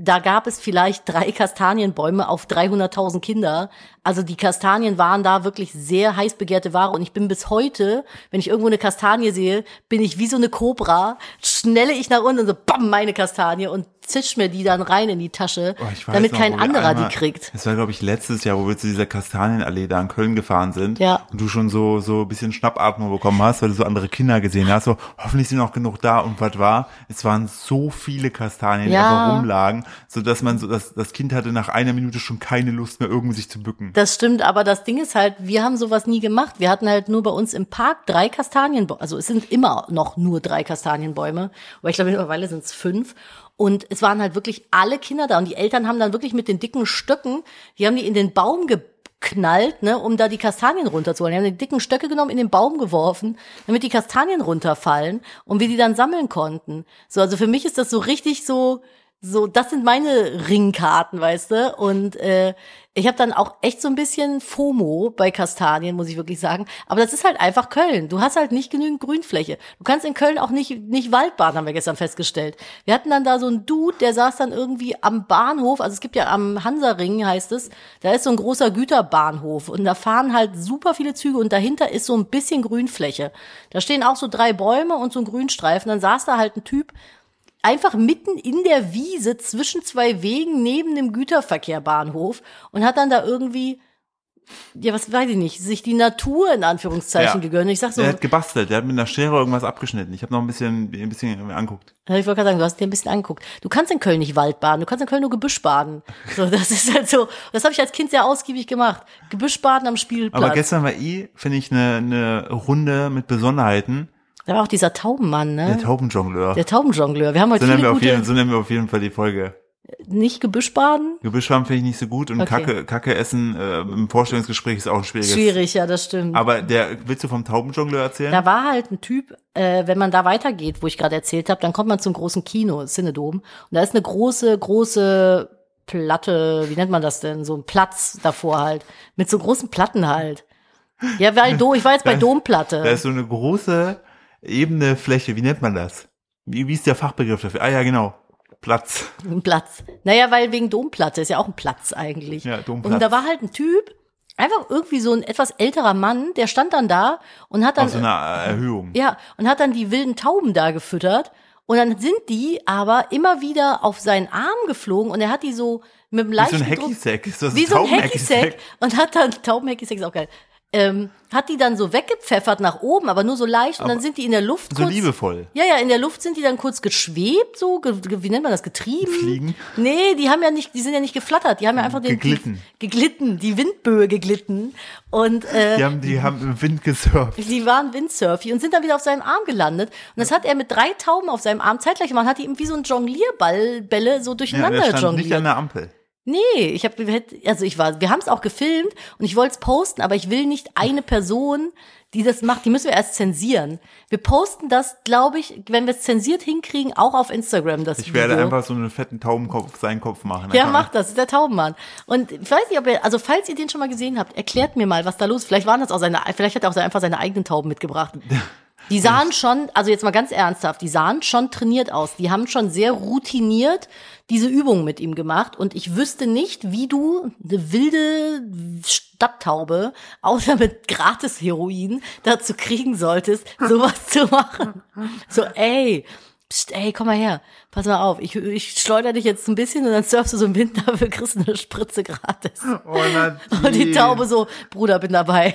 da gab es vielleicht drei Kastanienbäume auf 300.000 Kinder. Also die Kastanien waren da wirklich sehr heiß begehrte Ware. Und ich bin bis heute, wenn ich irgendwo eine Kastanie sehe, bin ich wie so eine Kobra, schnelle ich nach unten und so, bam, meine Kastanie und zisch mir die dann rein in die Tasche,
Oh, ich weiß
damit
noch,
kein
wo wir
anderer
einmal-
die kriegt.
Das war, glaube ich, letztes Jahr, wo wir zu dieser Kastanienallee da in Köln gefahren sind.
Ja.
Und du schon so, so ein bisschen Schnappatmung bekommen hast, weil du so andere Kinder gesehen hast. So, hoffentlich sind auch genug da. Und was war? Es waren so viele Kastanien, die
Ja.
einfach rumlagen, sodass man so, das, das Kind hatte nach einer Minute schon keine Lust mehr, irgendwie sich zu bücken.
Das stimmt, aber das Ding ist halt, wir haben sowas nie gemacht. Wir hatten halt nur bei uns im Park drei Kastanienbäume. Also es sind immer noch nur drei Kastanienbäume, aber ich glaube mittlerweile sind es fünf. Und es waren halt wirklich alle Kinder da. Und die Eltern haben dann wirklich mit den dicken Stöcken, die haben die in den Baum geknallt, ne, um da die Kastanien runterzuholen. Die haben die dicken Stöcke genommen, in den Baum geworfen, damit die Kastanien runterfallen und wir die dann sammeln konnten. So, also für mich ist das so richtig so, so, das sind meine Ringkarten, weißt du? Und äh, ich habe dann auch echt so ein bisschen FOMO bei Kastanien, muss ich wirklich sagen. Aber das ist halt einfach Köln. Du hast halt nicht genügend Grünfläche. Du kannst in Köln auch nicht, nicht Waldbahn, haben wir gestern festgestellt. Wir hatten dann da so einen Dude, der saß dann irgendwie am Bahnhof, also es gibt ja am Hansaring, heißt es, da ist so ein großer Güterbahnhof und da fahren halt super viele Züge und dahinter ist so ein bisschen Grünfläche. Da stehen auch so drei Bäume und so ein Grünstreifen. Dann saß da halt ein Typ, einfach mitten in der Wiese zwischen zwei Wegen neben dem Güterverkehrbahnhof und hat dann da irgendwie, ja, was weiß ich nicht, sich die Natur in Anführungszeichen
Ja.
gegönnt. Ich sag so,
Der hat gebastelt, der hat mit einer Schere irgendwas abgeschnitten. Ich habe noch ein bisschen, ein bisschen mir anguckt.
Ja, Ich wollte gerade sagen, du hast dir ein bisschen angeguckt. Du kannst in Köln nicht Wald baden, du kannst in Köln nur Gebüsch baden.
[LAUGHS]
So, das ist halt so. Das habe ich als Kind sehr ausgiebig gemacht. Gebüsch baden am Spielplatz.
Aber gestern war eh, finde ich, eine, eine Runde mit Besonderheiten.
da war auch dieser Taubenmann, ne?
Der Taubenjongleur.
Der Taubenjongleur. Wir haben heute
So nennen,
viele
wir auf
gute,
jeden, so nennen wir auf jeden Fall die Folge.
nicht Gebüsch baden.
Gebüschfarm finde ich nicht so gut und
Okay.
Kacke, Kacke essen äh, im Vorstellungsgespräch ist auch ein schwieriges.
Schwierig, ja, das stimmt.
Aber der, willst du vom Taubenjongleur erzählen?
Da war halt ein Typ, äh, wenn man da weitergeht, wo ich gerade erzählt habe, dann kommt man zum großen Kino, Cinedom. Und da ist eine große, große Platte, wie nennt man das denn? So ein Platz davor halt. Mit so großen Platten halt. Ja, weil Do, ich
[LAUGHS]
war jetzt bei
Da-
Domplatte.
Da ist so eine große ebene Fläche, wie nennt man das? Wie, wie ist der Fachbegriff dafür? Ah ja, genau. Platz.
Ein Platz. Naja, weil wegen Domplatte ist ja auch ein Platz eigentlich.
Ja, Domplatz.
Und da war halt ein Typ, einfach irgendwie so ein etwas älterer Mann, der stand dann da und hat dann.
Auf so einer äh, Erhöhung.
Ja, und hat dann die wilden Tauben da gefüttert. Und dann sind die aber immer wieder auf seinen Arm geflogen und er hat die so mit einem
Wie so
leichten
ein
Druck.
Hacky-Sack. Ist das
Wie so ein
Tauben-Hacky-Sack?
Hacky-Sack. Und hat dann, Tauben-Hacky-Sack ist auch geil. Ähm, hat die dann so weggepfeffert nach oben, aber nur so leicht. Und dann sind die in der Luft
So
kurz.
liebevoll.
Ja, ja, in der Luft sind die dann kurz geschwebt, so, ge, ge, wie nennt man das, getrieben?
Fliegen?
Nee, die haben ja nicht, die sind ja nicht geflattert, die haben ja einfach den,
Geglitten.
Die, geglitten, die Windböe geglitten. Und, äh,
Die haben, die haben im Wind gesurft.
die waren windsurfy und sind dann wieder auf seinem Arm gelandet. Und das hat er mit drei Tauben auf seinem Arm zeitgleich gemacht, hat die eben wie so ein Jonglierball, Bälle so
Ja,
durcheinander
der stand nicht
jongliert.
an der Ampel.
Nee, ich habe, also ich war, wir haben es auch gefilmt und ich wollte es posten, aber ich will nicht eine Person, die das macht, die müssen wir erst zensieren. Wir posten das, glaube ich, wenn wir es zensiert hinkriegen, auch auf Instagram, das
Ich werde
Video.
einfach so einen fetten Taubenkopf auf seinen Kopf machen. Dann
Ja,
kann man-
macht das, ist der Taubenmann. Und ich weiß nicht, ob er, also falls ihr den schon mal gesehen habt, erklärt mir mal, was da los ist. Vielleicht waren das auch seine, vielleicht hat er auch einfach seine eigenen Tauben mitgebracht. Die sahen schon, also jetzt mal ganz ernsthaft, die sahen schon trainiert aus. Die haben schon sehr routiniert diese Übungen mit ihm gemacht. Und ich wüsste nicht, wie du eine wilde, Stadttaube, außer mit Gratis-Heroin, dazu kriegen solltest, sowas zu machen. So, ey, Psst, ey, komm mal her, pass mal auf, ich, ich schleudere dich jetzt ein bisschen und dann surfst du so im Wind, [LAUGHS] dafür kriegst du eine Spritze gratis.
Oh,
[LAUGHS]
Nadine.
Und die Taube so, Bruder, bin dabei.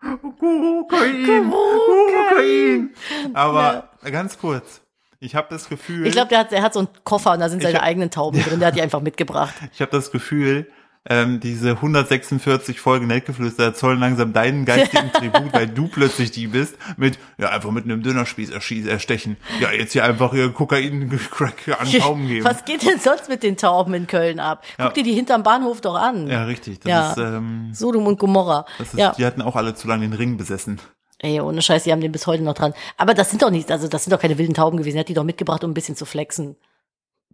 Kokain. Kokain. Aber ganz kurz. Ich habe das Gefühl,
Ich glaube, der hat, der hat so einen Koffer und da sind seine
hab-
eigenen Tauben drin, der hat die einfach
[LAUGHS]
mitgebracht.
ich habe das Gefühl, ähm, diese 146 Folgen Nettgeflüster zollen langsam deinen
[LAUGHS]
geistigen Tribut, weil du plötzlich die bist mit ja einfach mit einem Dönerspieß erschießen, erstechen. Ja, jetzt hier einfach ihr Kokain Crack an den Baum geben.
Was geht denn sonst mit den Tauben in Köln ab? Guck
Ja.
dir die hinterm Bahnhof doch an.
Ja, richtig. Das
Ja.
ist, ähm,
Sodom und Gomorra.
das ist
ja.
die hatten auch alle zu lange den Ring besessen.
Ey, ohne Scheiß, die haben den bis heute noch dran. Aber das sind doch nicht, also das sind doch keine wilden Tauben gewesen. Er hat die doch mitgebracht, um ein bisschen zu flexen.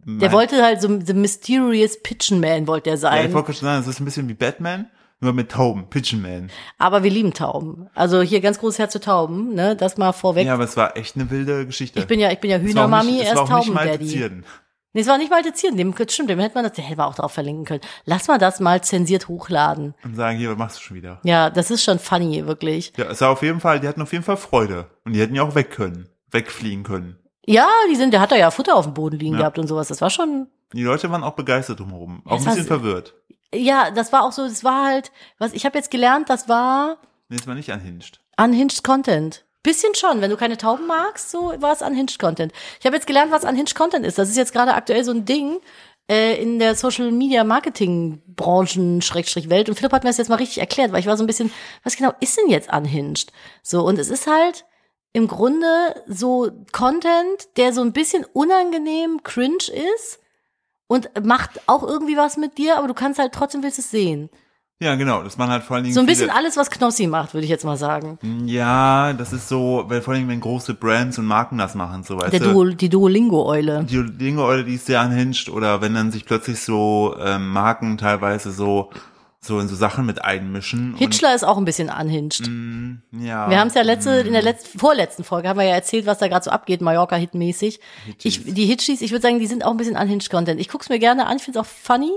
Der
Mein-
wollte halt so The Mysterious Pigeon Man wollte er
ja, ich
sein.
wollte gerade schon sagen, das ist ein bisschen wie Batman, nur mit Tauben, Pigeon Man.
aber wir lieben Tauben. Also hier ganz großes Herz für Tauben, ne? Das mal vorweg.
Ja, aber es war echt eine wilde Geschichte.
Ich bin ja, ich bin ja
Es war auch
Hühnermami,
nicht- es
er
war
ist
auch nicht mal
Taubendaddy.
Zierden.
Nee, es war nicht mal deziert. Dem, stimmt, dem hätte man das, der hätte man auch drauf verlinken können. Lass mal das mal zensiert hochladen.
Und sagen, hier, was machst du schon wieder?
Ja, das ist schon funny, wirklich.
Ja, es war auf jeden Fall, die hatten auf jeden Fall Freude. Und die hätten ja auch weg können, wegfliegen können.
Ja, die sind, der hat da ja Futter auf dem Boden liegen
Ja.
gehabt und sowas. Das war schon,
Die Leute waren auch begeistert drumherum, auch
es
ein
war
bisschen
so-
verwirrt.
ja, das war auch so, das war halt, was ich habe jetzt gelernt, das war
Nee, es war nicht anhinscht.
Unhinged Content. Bisschen schon, wenn du keine Tauben magst, so war es Unhinged Content. Ich habe jetzt gelernt, was Unhinged Content ist. Das ist jetzt gerade aktuell so ein Ding äh, in der Social Media Marketing Branchen Schrägstrich Welt und Philipp hat mir das jetzt mal richtig erklärt, weil ich war so ein bisschen, was genau ist denn jetzt Unhinged? So und es ist halt im Grunde so Content, der so ein bisschen unangenehm cringe ist und macht auch irgendwie was mit dir, aber du kannst halt trotzdem willst es sehen.
Ja, genau, das waren halt vor allen Dingen
So ein
viele-
bisschen alles, was Knossi macht, würde ich jetzt mal sagen.
Ja, das ist so, weil vor allen Dingen, wenn große Brands und Marken das machen, so weißt
Der
du.
Duo, die Duolingo-Eule.
die Dinge, die ist sehr anhinscht oder wenn dann sich plötzlich so ähm, Marken teilweise so so in so Sachen mit einmischen.
Hitchler ist auch ein bisschen anhinscht.
Und, mh, ja.
Wir haben es ja letzte, in
Mhm.
der letzten, vorletzten Folge haben wir ja erzählt, was da gerade so abgeht, Mallorca-Hit-mäßig. Ich, die Hitchis, ich würde sagen, die sind auch ein bisschen unhinged Content. Ich guck's mir gerne an, ich find's auch funny,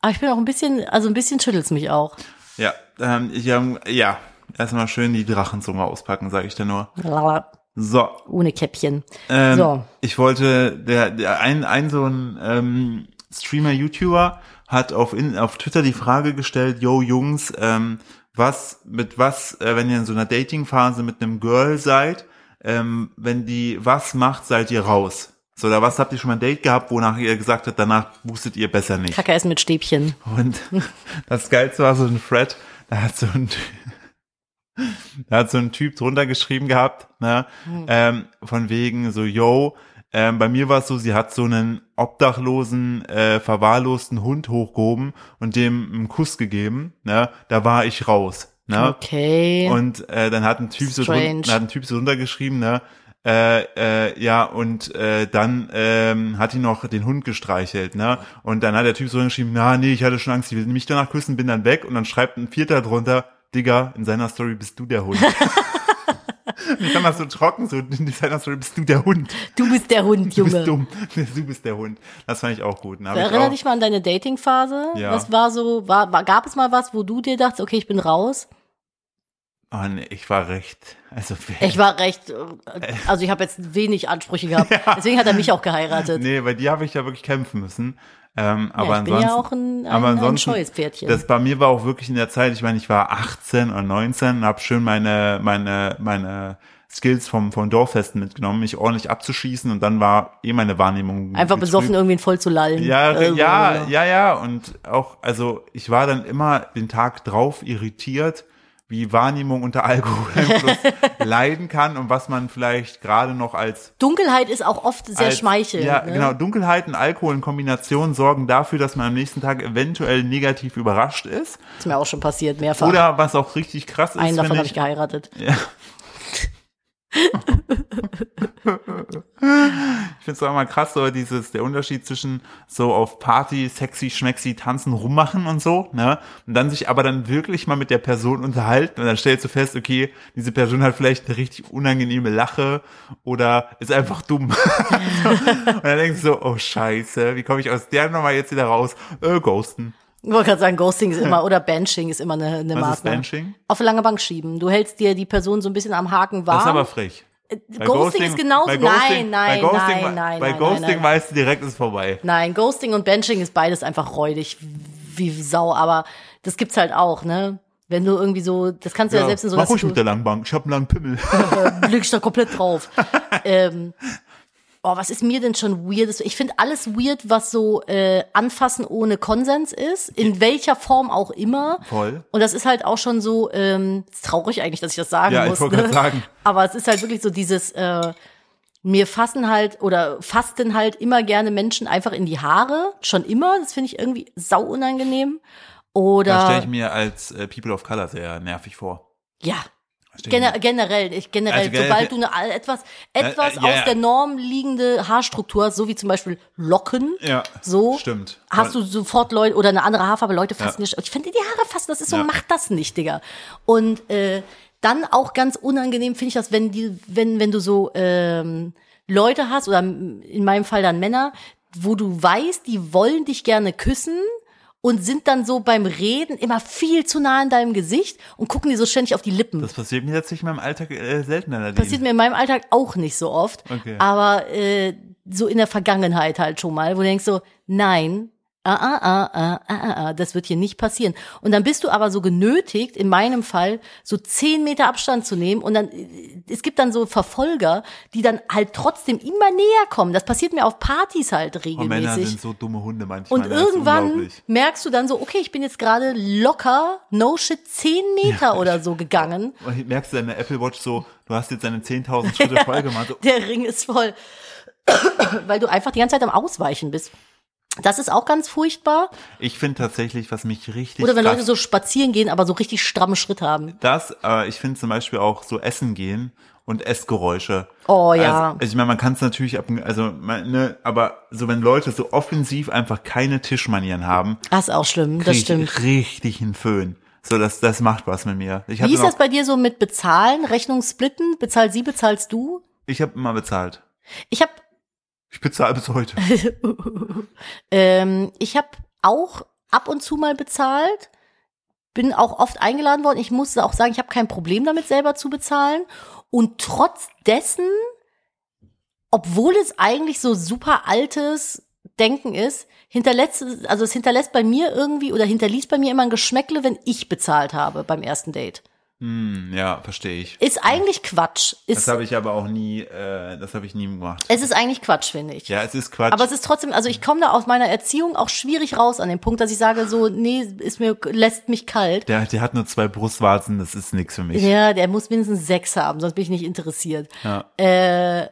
aber ich bin auch ein bisschen, also ein bisschen schüttelt's mich auch.
Ja, ähm, ich ähm, ja, erstmal schön die Drachenzunge auspacken, sage ich dir nur.
Lala,
So,
Ohne Käppchen.
ähm,
So.
ich wollte der, der ein ein so ein ähm, Streamer YouTuber hat auf in, auf Twitter die Frage gestellt, yo Jungs, ähm, was mit was, äh, wenn ihr in so einer Dating Phase mit einem Girl seid, ähm, wenn die was macht, seid ihr raus. So, oder was habt ihr schon mal ein Date gehabt, wonach ihr gesagt habt, danach boostet ihr besser nicht.
Kacke essen mit Stäbchen.
Und das Geilste war so ein Thread, da hat so ein, Ty- da hat so ein Typ drunter geschrieben gehabt, ne, ähm, von wegen so, yo, ähm, bei mir war es so, sie hat so einen obdachlosen, äh, verwahrlosten Hund hochgehoben und dem einen Kuss gegeben, ne, da war ich raus, ne.
Okay.
Und äh, dann hat ein Typ so drun-
Strange.
dann hat ein Typ so runtergeschrieben, ne? Äh, äh, ja, und äh, dann ähm, hat ihn noch den Hund gestreichelt, ne? Und dann hat der Typ so geschrieben, na, nee, ich hatte schon Angst, die will mich danach küssen, bin dann weg. Und dann schreibt ein Vierter drunter, Digga, in seiner Story bist du der
[LAUGHS]
Hund. Ich kann mal so trocken, so in seiner Story bist du der Hund.
du bist der Hund,
Du
Junge.
bist dumm. Du bist der Hund. Das fand ich auch gut. Da hab ich
Erinner
auch,
dich mal an deine Dating-Phase.
Ja.
Was war so, war, war, gab es mal was, wo du dir dachtest, okay, ich bin raus?
oh, nee, ich war recht. Also wer-
Ich war recht, äh, also ich habe jetzt wenig
[LAUGHS]
Ansprüche gehabt. Deswegen hat er mich auch geheiratet.
Nee, bei dir habe ich ja wirklich kämpfen müssen. Ähm, aber
ja, ich bin
ansonsten,
ja auch ein, ein,
aber
ein
ansonsten,
scheues Pferdchen.
das bei mir war auch wirklich in der Zeit, ich meine, ich war 18 oder 19 und habe schön meine, meine, meine Skills vom, vom Dorffesten mitgenommen, mich ordentlich abzuschießen und dann war eh meine Wahrnehmung.
Einfach
getrübt.
besoffen irgendwen voll zu lallen.
Ja,
Äh,
ja, ja, ja. Und auch, also ich war dann immer den Tag drauf irritiert, wie Wahrnehmung unter [LAUGHS] Alkoholeinfluss leiden kann und was man vielleicht gerade noch als
Dunkelheit ist auch oft sehr
als-
schmeichelnd.
Ja,
ne?
genau. Dunkelheit und Alkohol in Kombination sorgen dafür, dass man am nächsten Tag eventuell negativ überrascht ist.
Ist mir auch schon passiert, mehrfach.
Oder was auch richtig krass ist,
Einen davon
finde
habe ich geheiratet.
ich finde es auch immer krass, so dieses, der Unterschied zwischen so auf Party, sexy, schmexy, tanzen, rummachen und so, ne? Und dann sich aber dann wirklich mal mit der Person unterhalten und dann stellst du fest, okay, diese Person hat vielleicht eine richtig unangenehme Lache oder ist einfach dumm. [LAUGHS] und dann denkst du so, oh scheiße, wie komme ich aus der Nummer jetzt wieder raus? Äh, ghosten.
Ich wollte gerade sagen, Ghosting ist immer oder Benching ist immer eine, eine
Was ist
Maßnahme.
Benching?
Auf lange Bank schieben. Du hältst dir die Person so ein bisschen am Haken warm.
Das ist aber frech. Bei
Äh, Ghosting, ist genauso.
bei Ghosting-
nein, nein,
bei Ghosting,
nein, nein,
Bei
nein,
Ghosting
nein, nein, nein.
weißt du direkt, ist vorbei.
Nein, Ghosting und Benching ist beides einfach räudig wie Sau, aber das gibt's halt auch, ne? Wenn du irgendwie so, das kannst du ja, selbst in so
mach ruhig
einer
mit der langen Bank, ich hab einen langen Pimmel.
äh, lieg ich da
[LAUGHS]
komplett drauf. ähm, oh, was ist mir denn schon weirdes? Ich finde alles weird, was so äh, anfassen ohne Konsens ist, in welcher Form auch immer.
Voll.
Und das ist halt auch schon so, ähm, ist traurig eigentlich, dass ich das sagen
Ja, ich
muss. ne?
wollte gerade sagen.
Aber es ist halt wirklich so dieses, äh, mir fassen halt oder fasten halt immer gerne Menschen einfach in die Haare, schon immer. Das finde ich irgendwie sau unangenehm.
Da stelle
Oder
ich mir als äh, People of Color sehr nervig vor.
ja,
Da stell ich mir-
Gener generell, ich generell,
Also generell- Äh,
sobald du eine etwas, etwas
ja,
aus
ja.
der Norm liegende Haarstruktur hast, so wie zum Beispiel Locken,
Ja,
so
stimmt.
hast du sofort Leute oder eine andere Haarfarbe, Leute
Ja.
fassen nicht. Ich finde die Haare fassen, das ist so,
Ja.
mach das nicht, Digga. Und äh, dann auch ganz unangenehm finde ich das, wenn die, wenn, wenn du so ähm, Leute hast, oder in meinem Fall dann Männer, wo du weißt, die wollen dich gerne küssen. Und sind dann so beim Reden immer viel zu nah an deinem Gesicht und gucken dir so ständig auf die Lippen.
Das passiert mir tatsächlich in meinem Alltag äh, seltener. Nadine.
Passiert mir in meinem Alltag auch nicht so oft,
Okay.
aber äh, so in der Vergangenheit halt schon mal, wo du denkst so, nein, ah, ah, ah, ah, ah, ah, ah, das wird hier nicht passieren. Und dann bist du aber so genötigt, in meinem Fall, so zehn Meter Abstand zu nehmen und dann, äh, es gibt dann so Verfolger, die dann halt trotzdem immer näher kommen. Das passiert mir auf Partys halt
Oh, Männer sind
regelmäßig.
so dumme Hunde manchmal. ne?
Und
das ist
irgendwann
unglaublich.
merkst du dann so, okay, ich bin jetzt gerade locker, no shit, zehn Meter oder so gegangen.
Und merkst du deine Apple Watch so, du hast jetzt deine 10.000
[LAUGHS]
Schritte voll gemacht. So,
Der Ring ist voll. [COUGHS] Weil du einfach die ganze Zeit am Ausweichen bist. Das ist auch ganz furchtbar.
Ich finde tatsächlich, was mich richtig
Oder wenn
krass-
Leute so spazieren gehen, aber so richtig strammen Schritt haben.
das, aber ich finde zum Beispiel auch so Essen gehen und Essgeräusche.
Oh, ja.
Also, also ich meine, man kann es natürlich ab, also man, ne, aber so wenn Leute so offensiv einfach keine Tischmanieren haben,
Das ist auch schlimm, das
krieg
stimmt.
ich richtig einen Föhn. So, das, das macht was mit mir. Ich habe
Wie ist
noch-
das bei dir so mit Bezahlen, Rechnung splitten? Bezahlt sie, bezahlst du?
ich habe immer bezahlt.
Ich habe
Ich bezahle bis
[LAUGHS]
heute.
ähm, ich habe auch ab und zu mal bezahlt, bin auch oft eingeladen worden. Ich muss auch sagen, ich habe kein Problem damit, selber zu bezahlen. Und trotz dessen, obwohl es eigentlich so super altes Denken ist, hinterlässt es- also es hinterlässt bei mir irgendwie oder hinterließ bei mir immer ein Geschmäckle, wenn ich bezahlt habe beim ersten Date.
hm, ja, verstehe ich.
Ist eigentlich Quatsch.
Das
Ist,
habe ich aber auch nie, äh, das habe ich nie gemacht.
es ist eigentlich Quatsch, finde ich.
Ja, es ist Quatsch.
Aber es ist trotzdem, also ich komme da aus meiner Erziehung auch schwierig raus an den Punkt, dass ich sage so, nee, ist mir, lässt mich kalt.
der, der hat nur zwei Brustwarzen, das ist nichts für mich.
Ja, der muss mindestens sechs haben, sonst bin ich nicht interessiert.
Ja.
Äh,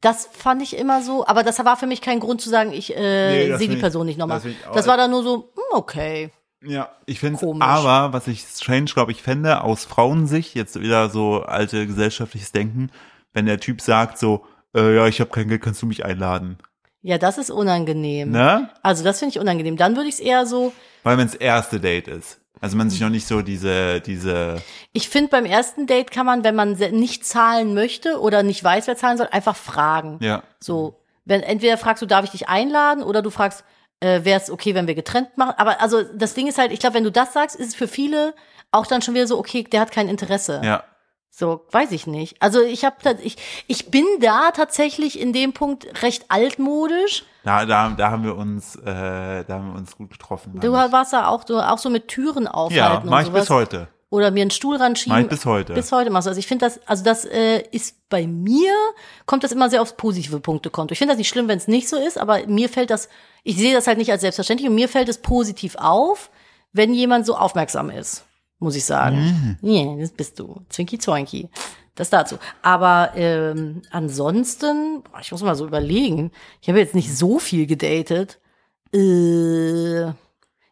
das fand ich immer so, aber das war für mich kein Grund zu sagen, ich äh,
Nee, das
sehe die
nicht.
Person nicht nochmal.
Das nicht, aber-
Das war dann nur so, hm, okay.
Ja, ich finde
Komisch.
aber, was ich strange, glaube ich, fände, aus Frauensicht, jetzt wieder so alte gesellschaftliches Denken, wenn der Typ sagt so, äh, ja, ich habe kein Geld, kannst du mich einladen?
Ja, das ist unangenehm.
Ne?
Also das finde ich unangenehm. Dann würde ich es eher so,
Weil wenns erste Date ist. Also man sich noch nicht so diese, diese,
ich finde beim ersten Date kann man, wenn man se- nicht zahlen möchte oder nicht weiß, wer zahlen soll, einfach fragen.
ja.
So,
Mhm.
wenn entweder fragst du, darf ich dich einladen, oder du fragst, äh, wäre es okay, wenn wir getrennt machen. Aber also das Ding ist halt, ich glaube, wenn du das sagst, ist es für viele auch dann schon wieder so, okay, der hat kein Interesse.
Ja.
So, weiß ich nicht. Also ich habe ich, ich bin da tatsächlich in dem Punkt recht altmodisch.
Da, da, da haben wir uns, äh, da haben wir uns gut getroffen.
Du
fand
warst da auch, du, auch so mit Türen
ich. ja,
aufhalten
mach
und
ich
sowas.
bis heute.
Oder mir einen Stuhl ranschieben.
Mach ich bis heute.
Bis heute machst du. Also ich finde das, also das äh, ist bei mir, kommt das immer sehr aufs positive Punktekonto. Ich finde das nicht schlimm, wenn es nicht so ist, aber mir fällt das, ich sehe das halt nicht als selbstverständlich und mir fällt es positiv auf, wenn jemand so aufmerksam ist, muss ich sagen. Ja, das bist du. Zwinki Zoinki. Das dazu. Aber ähm, ansonsten, boah, ich muss mal so überlegen, ich habe jetzt nicht so viel gedatet. Äh,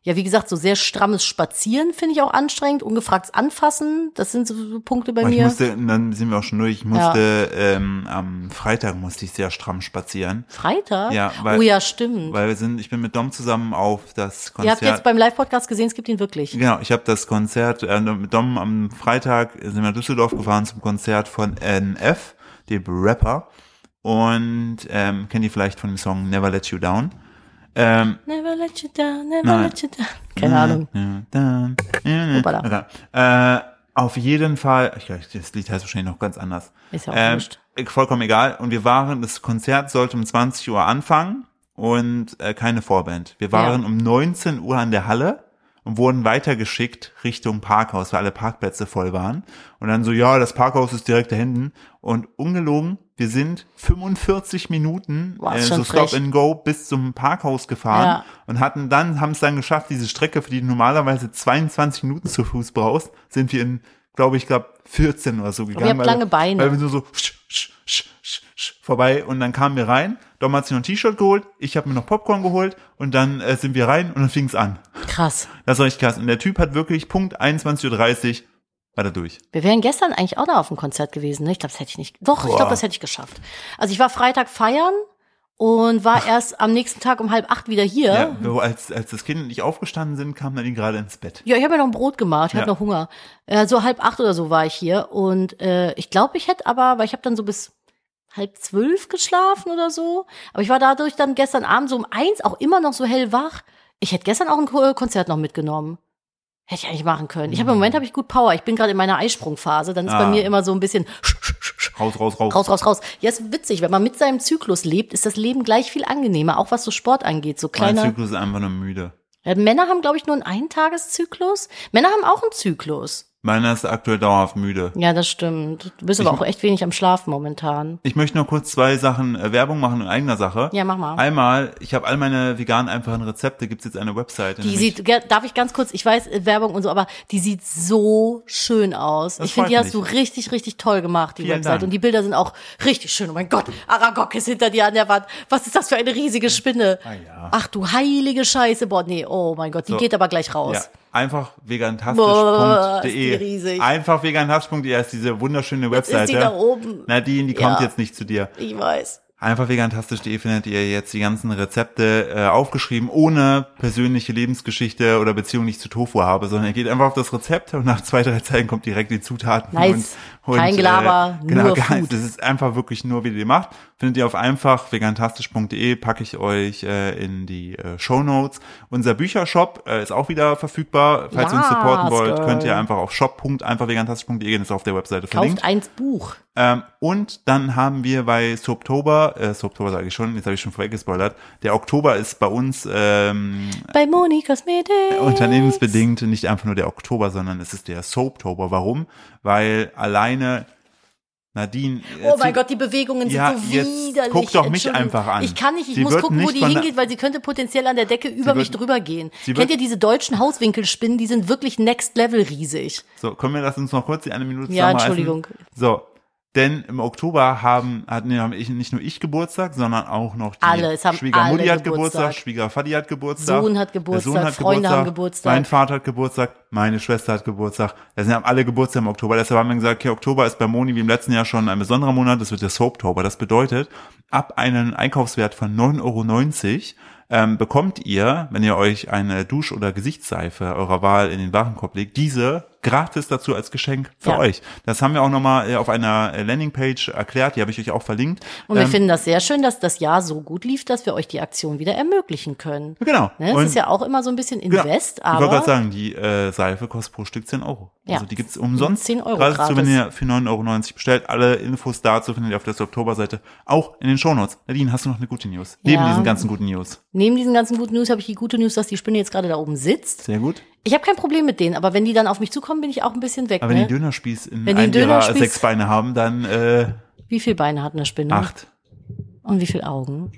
ja, wie gesagt, so sehr strammes Spazieren finde ich auch anstrengend. Ungefragtes Anfassen, das sind so, so Punkte bei
Aber ich
mir.
musste, und dann sind wir auch schon durch, ich musste, ähm, am Freitag musste ich sehr stramm spazieren.
Freitag?
Ja, weil-
oh ja, stimmt.
Weil wir sind, ich bin mit Dom zusammen auf das
Ihr
Konzert.
habt jetzt beim Live-Podcast gesehen, es gibt ihn wirklich.
Genau, ich habe das Konzert äh, mit Dom am Freitag sind wir nach Düsseldorf gefahren zum Konzert von NF, dem Rapper. Und ähm, kennt ihr vielleicht von dem Song Never Let You Down? Ähm,
Never let you down, never
Nein. Mhm.
let you down. Keine Ahnung. Hoppala.
Okay. Äh, auf jeden Fall, ich glaube, das Lied heißt wahrscheinlich noch ganz anders.
Ist ja auch
Ähm,
wurscht.
vollkommen egal. Und wir waren, das Konzert sollte um 20 Uhr anfangen und äh, keine Vorband. Wir waren
Ja.
um 19 Uhr an der Halle und wurden weitergeschickt Richtung Parkhaus, weil alle Parkplätze voll waren. Und dann so, ja, das Parkhaus ist direkt da hinten. Und ungelogen, wir sind 45 Minuten
Boah,
äh,
ist schon
so Stop
frech.
and Go bis zum Parkhaus gefahren
Ja.
und hatten dann, haben es dann geschafft, diese Strecke, für die du normalerweise 22 Minuten zu Fuß brauchst, sind wir in, glaube ich, glaube 14 oder so gegangen.
habt lange Beine.
Weil wir nur so sch, sch, sch, sch, sch, vorbei und dann kamen wir rein. Dom hat sich noch ein T-Shirt geholt, ich habe mir noch Popcorn geholt und dann äh, sind wir rein und dann fing's an.
Krass.
Das war richtig krass. Und der Typ hat wirklich Punkt 21.30 Uhr war da durch.
Wir wären gestern eigentlich auch noch auf dem Konzert gewesen. Ne? Ich glaube, das hätte ich nicht. Doch, ich
Boah.
glaube, das hätte ich geschafft. Also ich war Freitag feiern und war erst am nächsten Tag um halb acht wieder hier.
Ja, wo- als, als das Kind und ich aufgestanden sind, kamen dann die gerade ins Bett.
Ja, ich habe ja noch ein Brot gemacht, ich hab
Ja.
habe noch Hunger. Äh, so halb acht oder so war ich hier und äh, ich glaube, ich hätte aber, weil ich habe dann so bis halb zwölf geschlafen oder so, aber ich war dadurch dann gestern Abend so um eins auch immer noch so hell wach. Ich hätte gestern auch ein Ko- äh, Konzert noch mitgenommen. Hätte ich eigentlich machen können. Ich habe im Moment habe ich gut Power. Ich bin gerade in meiner Eisprungphase. Dann ist bei
Ah.
mir immer so ein bisschen sch, sch, sch, sch,
Raus, raus, raus.
raus, raus, raus. Ja, ist witzig. Wenn man mit seinem Zyklus lebt, ist das Leben gleich viel angenehmer, auch was so Sport angeht. So
mein
kleiner.
Zyklus ist einfach nur müde.
Ja, Äh, Männer haben, glaube ich, nur einen Eintageszyklus. Männer haben auch einen Zyklus.
Meiner ist aktuell dauerhaft müde.
Ja, das stimmt. Du bist
Ich-
aber auch echt wenig am Schlafen momentan.
Ich möchte noch kurz zwei Sachen äh, Werbung machen in eigener Sache.
Ja, mach mal.
Einmal, ich habe all meine veganen einfachen Rezepte, gibt's jetzt eine Website. in
Die
der
sieht, ge- darf ich ganz kurz, ich weiß, äh, Werbung und so, aber die sieht so schön aus.
Das
ich finde, die
freut
hast du
mich.
richtig, richtig toll gemacht, die
Vielen
Website.
Dank.
Und die Bilder sind auch richtig schön. Oh mein Gott, Aragog ist hinter dir an der Wand. Was ist das für eine riesige Spinne? Ah,
Hm. ja.
Ach du heilige Scheiße. Boah, nee, oh mein Gott, die geht aber gleich raus.
Ja, einfach
Boah, ist die
vegantastisch.de.
riesig.
Einfach vegantastisch.de ist E diese wunderschöne
Jetzt
Webseite.
ist die da oben.
Nadine, die kommt
Ja.
jetzt nicht zu dir.
Ich weiß.
Einfach E vegantastisch.de findet ihr jetzt die ganzen Rezepte äh, aufgeschrieben, ohne persönliche Lebensgeschichte oder Beziehung, die ich zu Tofu habe, sondern ihr geht einfach auf das Rezept und nach zwei, drei Zeilen kommt direkt die Zutaten.
Nice.
Und,
Kein Gelaber,
genau,
nur
gar nichts.
Food.
Das ist einfach wirklich nur, wie ihr die macht. Findet ihr auf einfach vegantastisch.de, E, packe ich euch äh, in die äh, Show Notes. Unser Büchershop äh, ist auch wieder verfügbar. Falls ihr uns
Yes,
supporten wollt,
girl.
könnt ihr einfach auf shop.einfachvegantastisch.de E gehen, ist auf der Webseite verlinkt.
Kauft eins Buch.
Ähm, und dann haben wir bei Soaptober, äh, Soaptober sage ich schon, jetzt habe ich schon vorweg gespoilert, der Oktober ist bei uns ähm,
Bei Moni Cosmetics.
unternehmensbedingt nicht einfach nur der Oktober, sondern es ist der Soaptober. Warum? Weil alleine Nadine. äh,
Oh mein Gott, die Bewegungen
Ja,
sind so
jetzt
widerlich.
guck doch mich
Entschuldigung.
einfach an.
Ich kann nicht, ich
Sie
muss
wird
gucken, wo
nicht
die
von der-
hingeht, weil sie könnte potenziell an der Decke über mich
wird-
drüber gehen.
sie
Kennt
wird-
ihr diese deutschen Hauswinkelspinnen? Die sind wirklich next level riesig.
So, können wir das uns noch kurz die eine Minute
Ja,
zusammenreißen?
Entschuldigung.
So, denn im Oktober haben, hat, nee, haben ich, nicht nur ich Geburtstag, sondern auch noch die
Alle, es haben
Schwiegermutti
alle
hat Geburtstag,
Geburtstag.
Schwiegervati hat Geburtstag,
Sohn hat
der
Geburtstag, Freunde haben Geburtstag.
mein Vater hat Geburtstag, meine Schwester hat Geburtstag. Also, wir haben alle Geburtstag im Oktober. Deshalb haben wir gesagt, okay, Oktober ist bei Moni wie im letzten Jahr schon ein besonderer Monat, das wird der Soaptober. Das bedeutet, ab einem Einkaufswert von 9,90 Euro ähm, bekommt ihr, wenn ihr euch eine Dusch- oder Gesichtsseife eurer Wahl in den Warenkorb legt, diese gratis dazu als Geschenk für
Ja.
euch. Das haben wir auch nochmal auf einer äh, Landingpage erklärt, die habe ich euch auch verlinkt. Ähm,
Und wir finden das sehr schön, dass das Jahr so gut lief, dass wir euch die Aktion wieder ermöglichen können.
Genau.
Ne, es
Und- genau,
ist ja auch immer so ein bisschen Invest,
Ich wollte
aber
gerade sagen, die äh, Seife kostet pro Stück 10 Euro.
Ja.
Also die gibt's umsonst.
10 Euro
Geradezu,
gratis.
wenn ihr für 9,90 Euro bestellt. Alle Infos dazu findet ihr auf der Oktoberseite, auch in den Shownotes. Nadine, hast du noch eine gute News? Neben
Ja.
diesen ganzen guten News.
neben diesen ganzen guten News habe ich die gute News, dass die Spinne jetzt gerade da oben sitzt.
Sehr gut.
Ich habe kein Problem mit denen, aber wenn die dann auf mich zukommen, bin ich auch ein bisschen weg.
Aber wenn die
Ne?
Dönerspieß in
Wenn die
einem ihrer
Dönerspieß-
sechs Beine haben, dann äh,
Wie viele Beine hat eine Spinne?
acht.
Und wie viele Augen?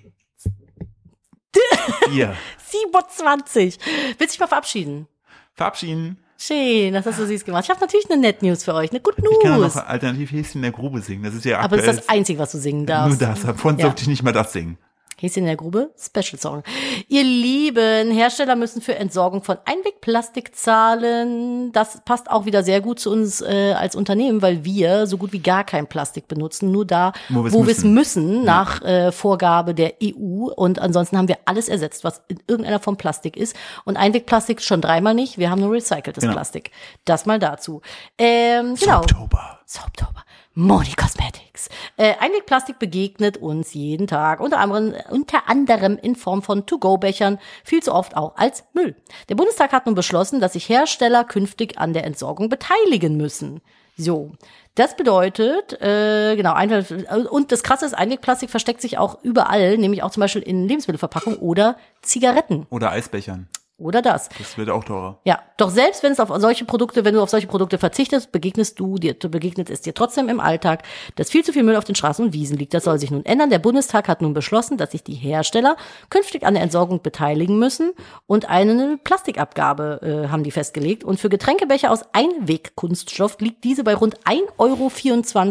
[LAUGHS]
Vier.
27. Willst du dich mal verabschieden?
Verabschieden.
Schön, dass hast du süß gemacht. Ich habe natürlich eine Net News für euch, eine Good
Ich kann auch
News.
noch alternativ Häschen in der Grube singen. Das ist ja
Aber
aktuell.
das ist das Einzige, was du singen
nur
darfst.
das. Ab Vorhin
Ja.
durfte ich nicht mal das singen.
Häschen in der Grube, Special Song. Ihr Lieben, Hersteller müssen für Entsorgung von Einwegplastik zahlen. Das passt auch wieder sehr gut zu uns äh, als Unternehmen, weil wir so gut wie gar kein Plastik benutzen, nur da,
Wo
wo
wir's
wir es müssen, nach äh, Vorgabe der EU. Und ansonsten haben wir alles ersetzt, was in irgendeiner Form Plastik ist. Und Einwegplastik schon dreimal nicht. Wir haben nur recyceltes
Genau.
Plastik. Das mal dazu. Ähm, genau.
Oktober.
Soaptober, Moni Cosmetics. Äh, Einwegplastik begegnet uns jeden Tag, unter anderem, unter anderem in Form von To-Go-Bechern, viel zu oft auch als Müll. Der Bundestag hat nun beschlossen, dass sich Hersteller künftig an der Entsorgung beteiligen müssen. So, das bedeutet, äh, genau, ein, und das Krasse ist, Einwegplastik versteckt sich auch überall, nämlich auch zum Beispiel in Lebensmittelverpackungen oder Zigaretten
Oder Eisbechern.
oder das.
Das wird auch teurer.
Ja, doch selbst wenn es auf solche Produkte, wenn du auf solche Produkte verzichtest, begegnest du dir, begegnet es dir trotzdem im Alltag, dass viel zu viel Müll auf den Straßen und Wiesen liegt. Das soll sich nun ändern. Der Bundestag hat nun beschlossen, dass sich die Hersteller künftig an der Entsorgung beteiligen müssen und eine Plastikabgabe äh, haben die festgelegt. Und für Getränkebecher aus Einwegkunststoff liegt diese bei rund 1,24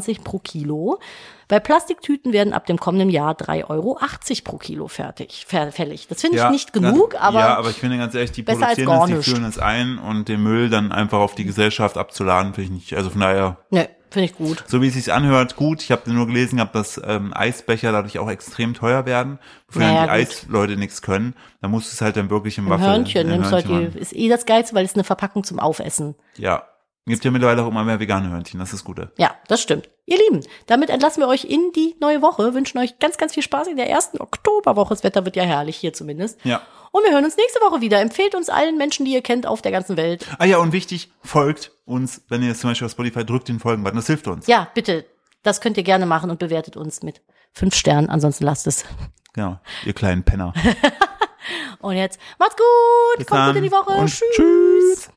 Euro pro Kilo. Bei Plastiktüten werden ab dem kommenden Jahr 3,80 Euro pro Kilo fertig, ver- fällig. Das finde ich nicht genug,
das,
aber
Ja, aber ich finde ganz ehrlich, die
besser als
produzieren das,
gar
die
nicht.
führen das ein und den Müll dann einfach auf die Gesellschaft abzuladen, finde ich nicht. Also von daher,
ne, finde ich gut.
so wie es sich anhört, gut. Ich habe nur gelesen gehabt, dass ähm, Eisbecher dadurch auch extrem teuer werden, wofür
Naja,
dann die
gut.
Eisleute nichts können. Da musst du es halt dann wirklich im, Waffel.
Hörnchen,
im
nimmst halt
Hörnchen
die, ist eh das Geilste, weil es eine Verpackung zum Aufessen.
machen. Ja. Gibt ja mittlerweile auch immer mehr vegane Hörnchen, das ist das Gute.
Ja, das stimmt. Ihr Lieben, damit entlassen wir euch in die neue Woche, wünschen euch ganz, ganz viel Spaß in der ersten Oktoberwoche. Das Wetter wird ja herrlich hier zumindest.
Ja.
Und wir hören uns nächste Woche wieder. Empfehlt uns allen Menschen, die ihr kennt auf der ganzen Welt.
Ah ja, und wichtig, folgt uns, wenn ihr es zum Beispiel auf Spotify drückt, den Folgen-Button. Das hilft uns.
Ja, bitte, das könnt ihr gerne machen und bewertet uns mit fünf Sternen. Ansonsten lasst es.
Genau, ihr
[LAUGHS]
kleinen Penner.
Und jetzt macht's gut, kommt gut in die Woche.
Und
Tschüss.
tschüss.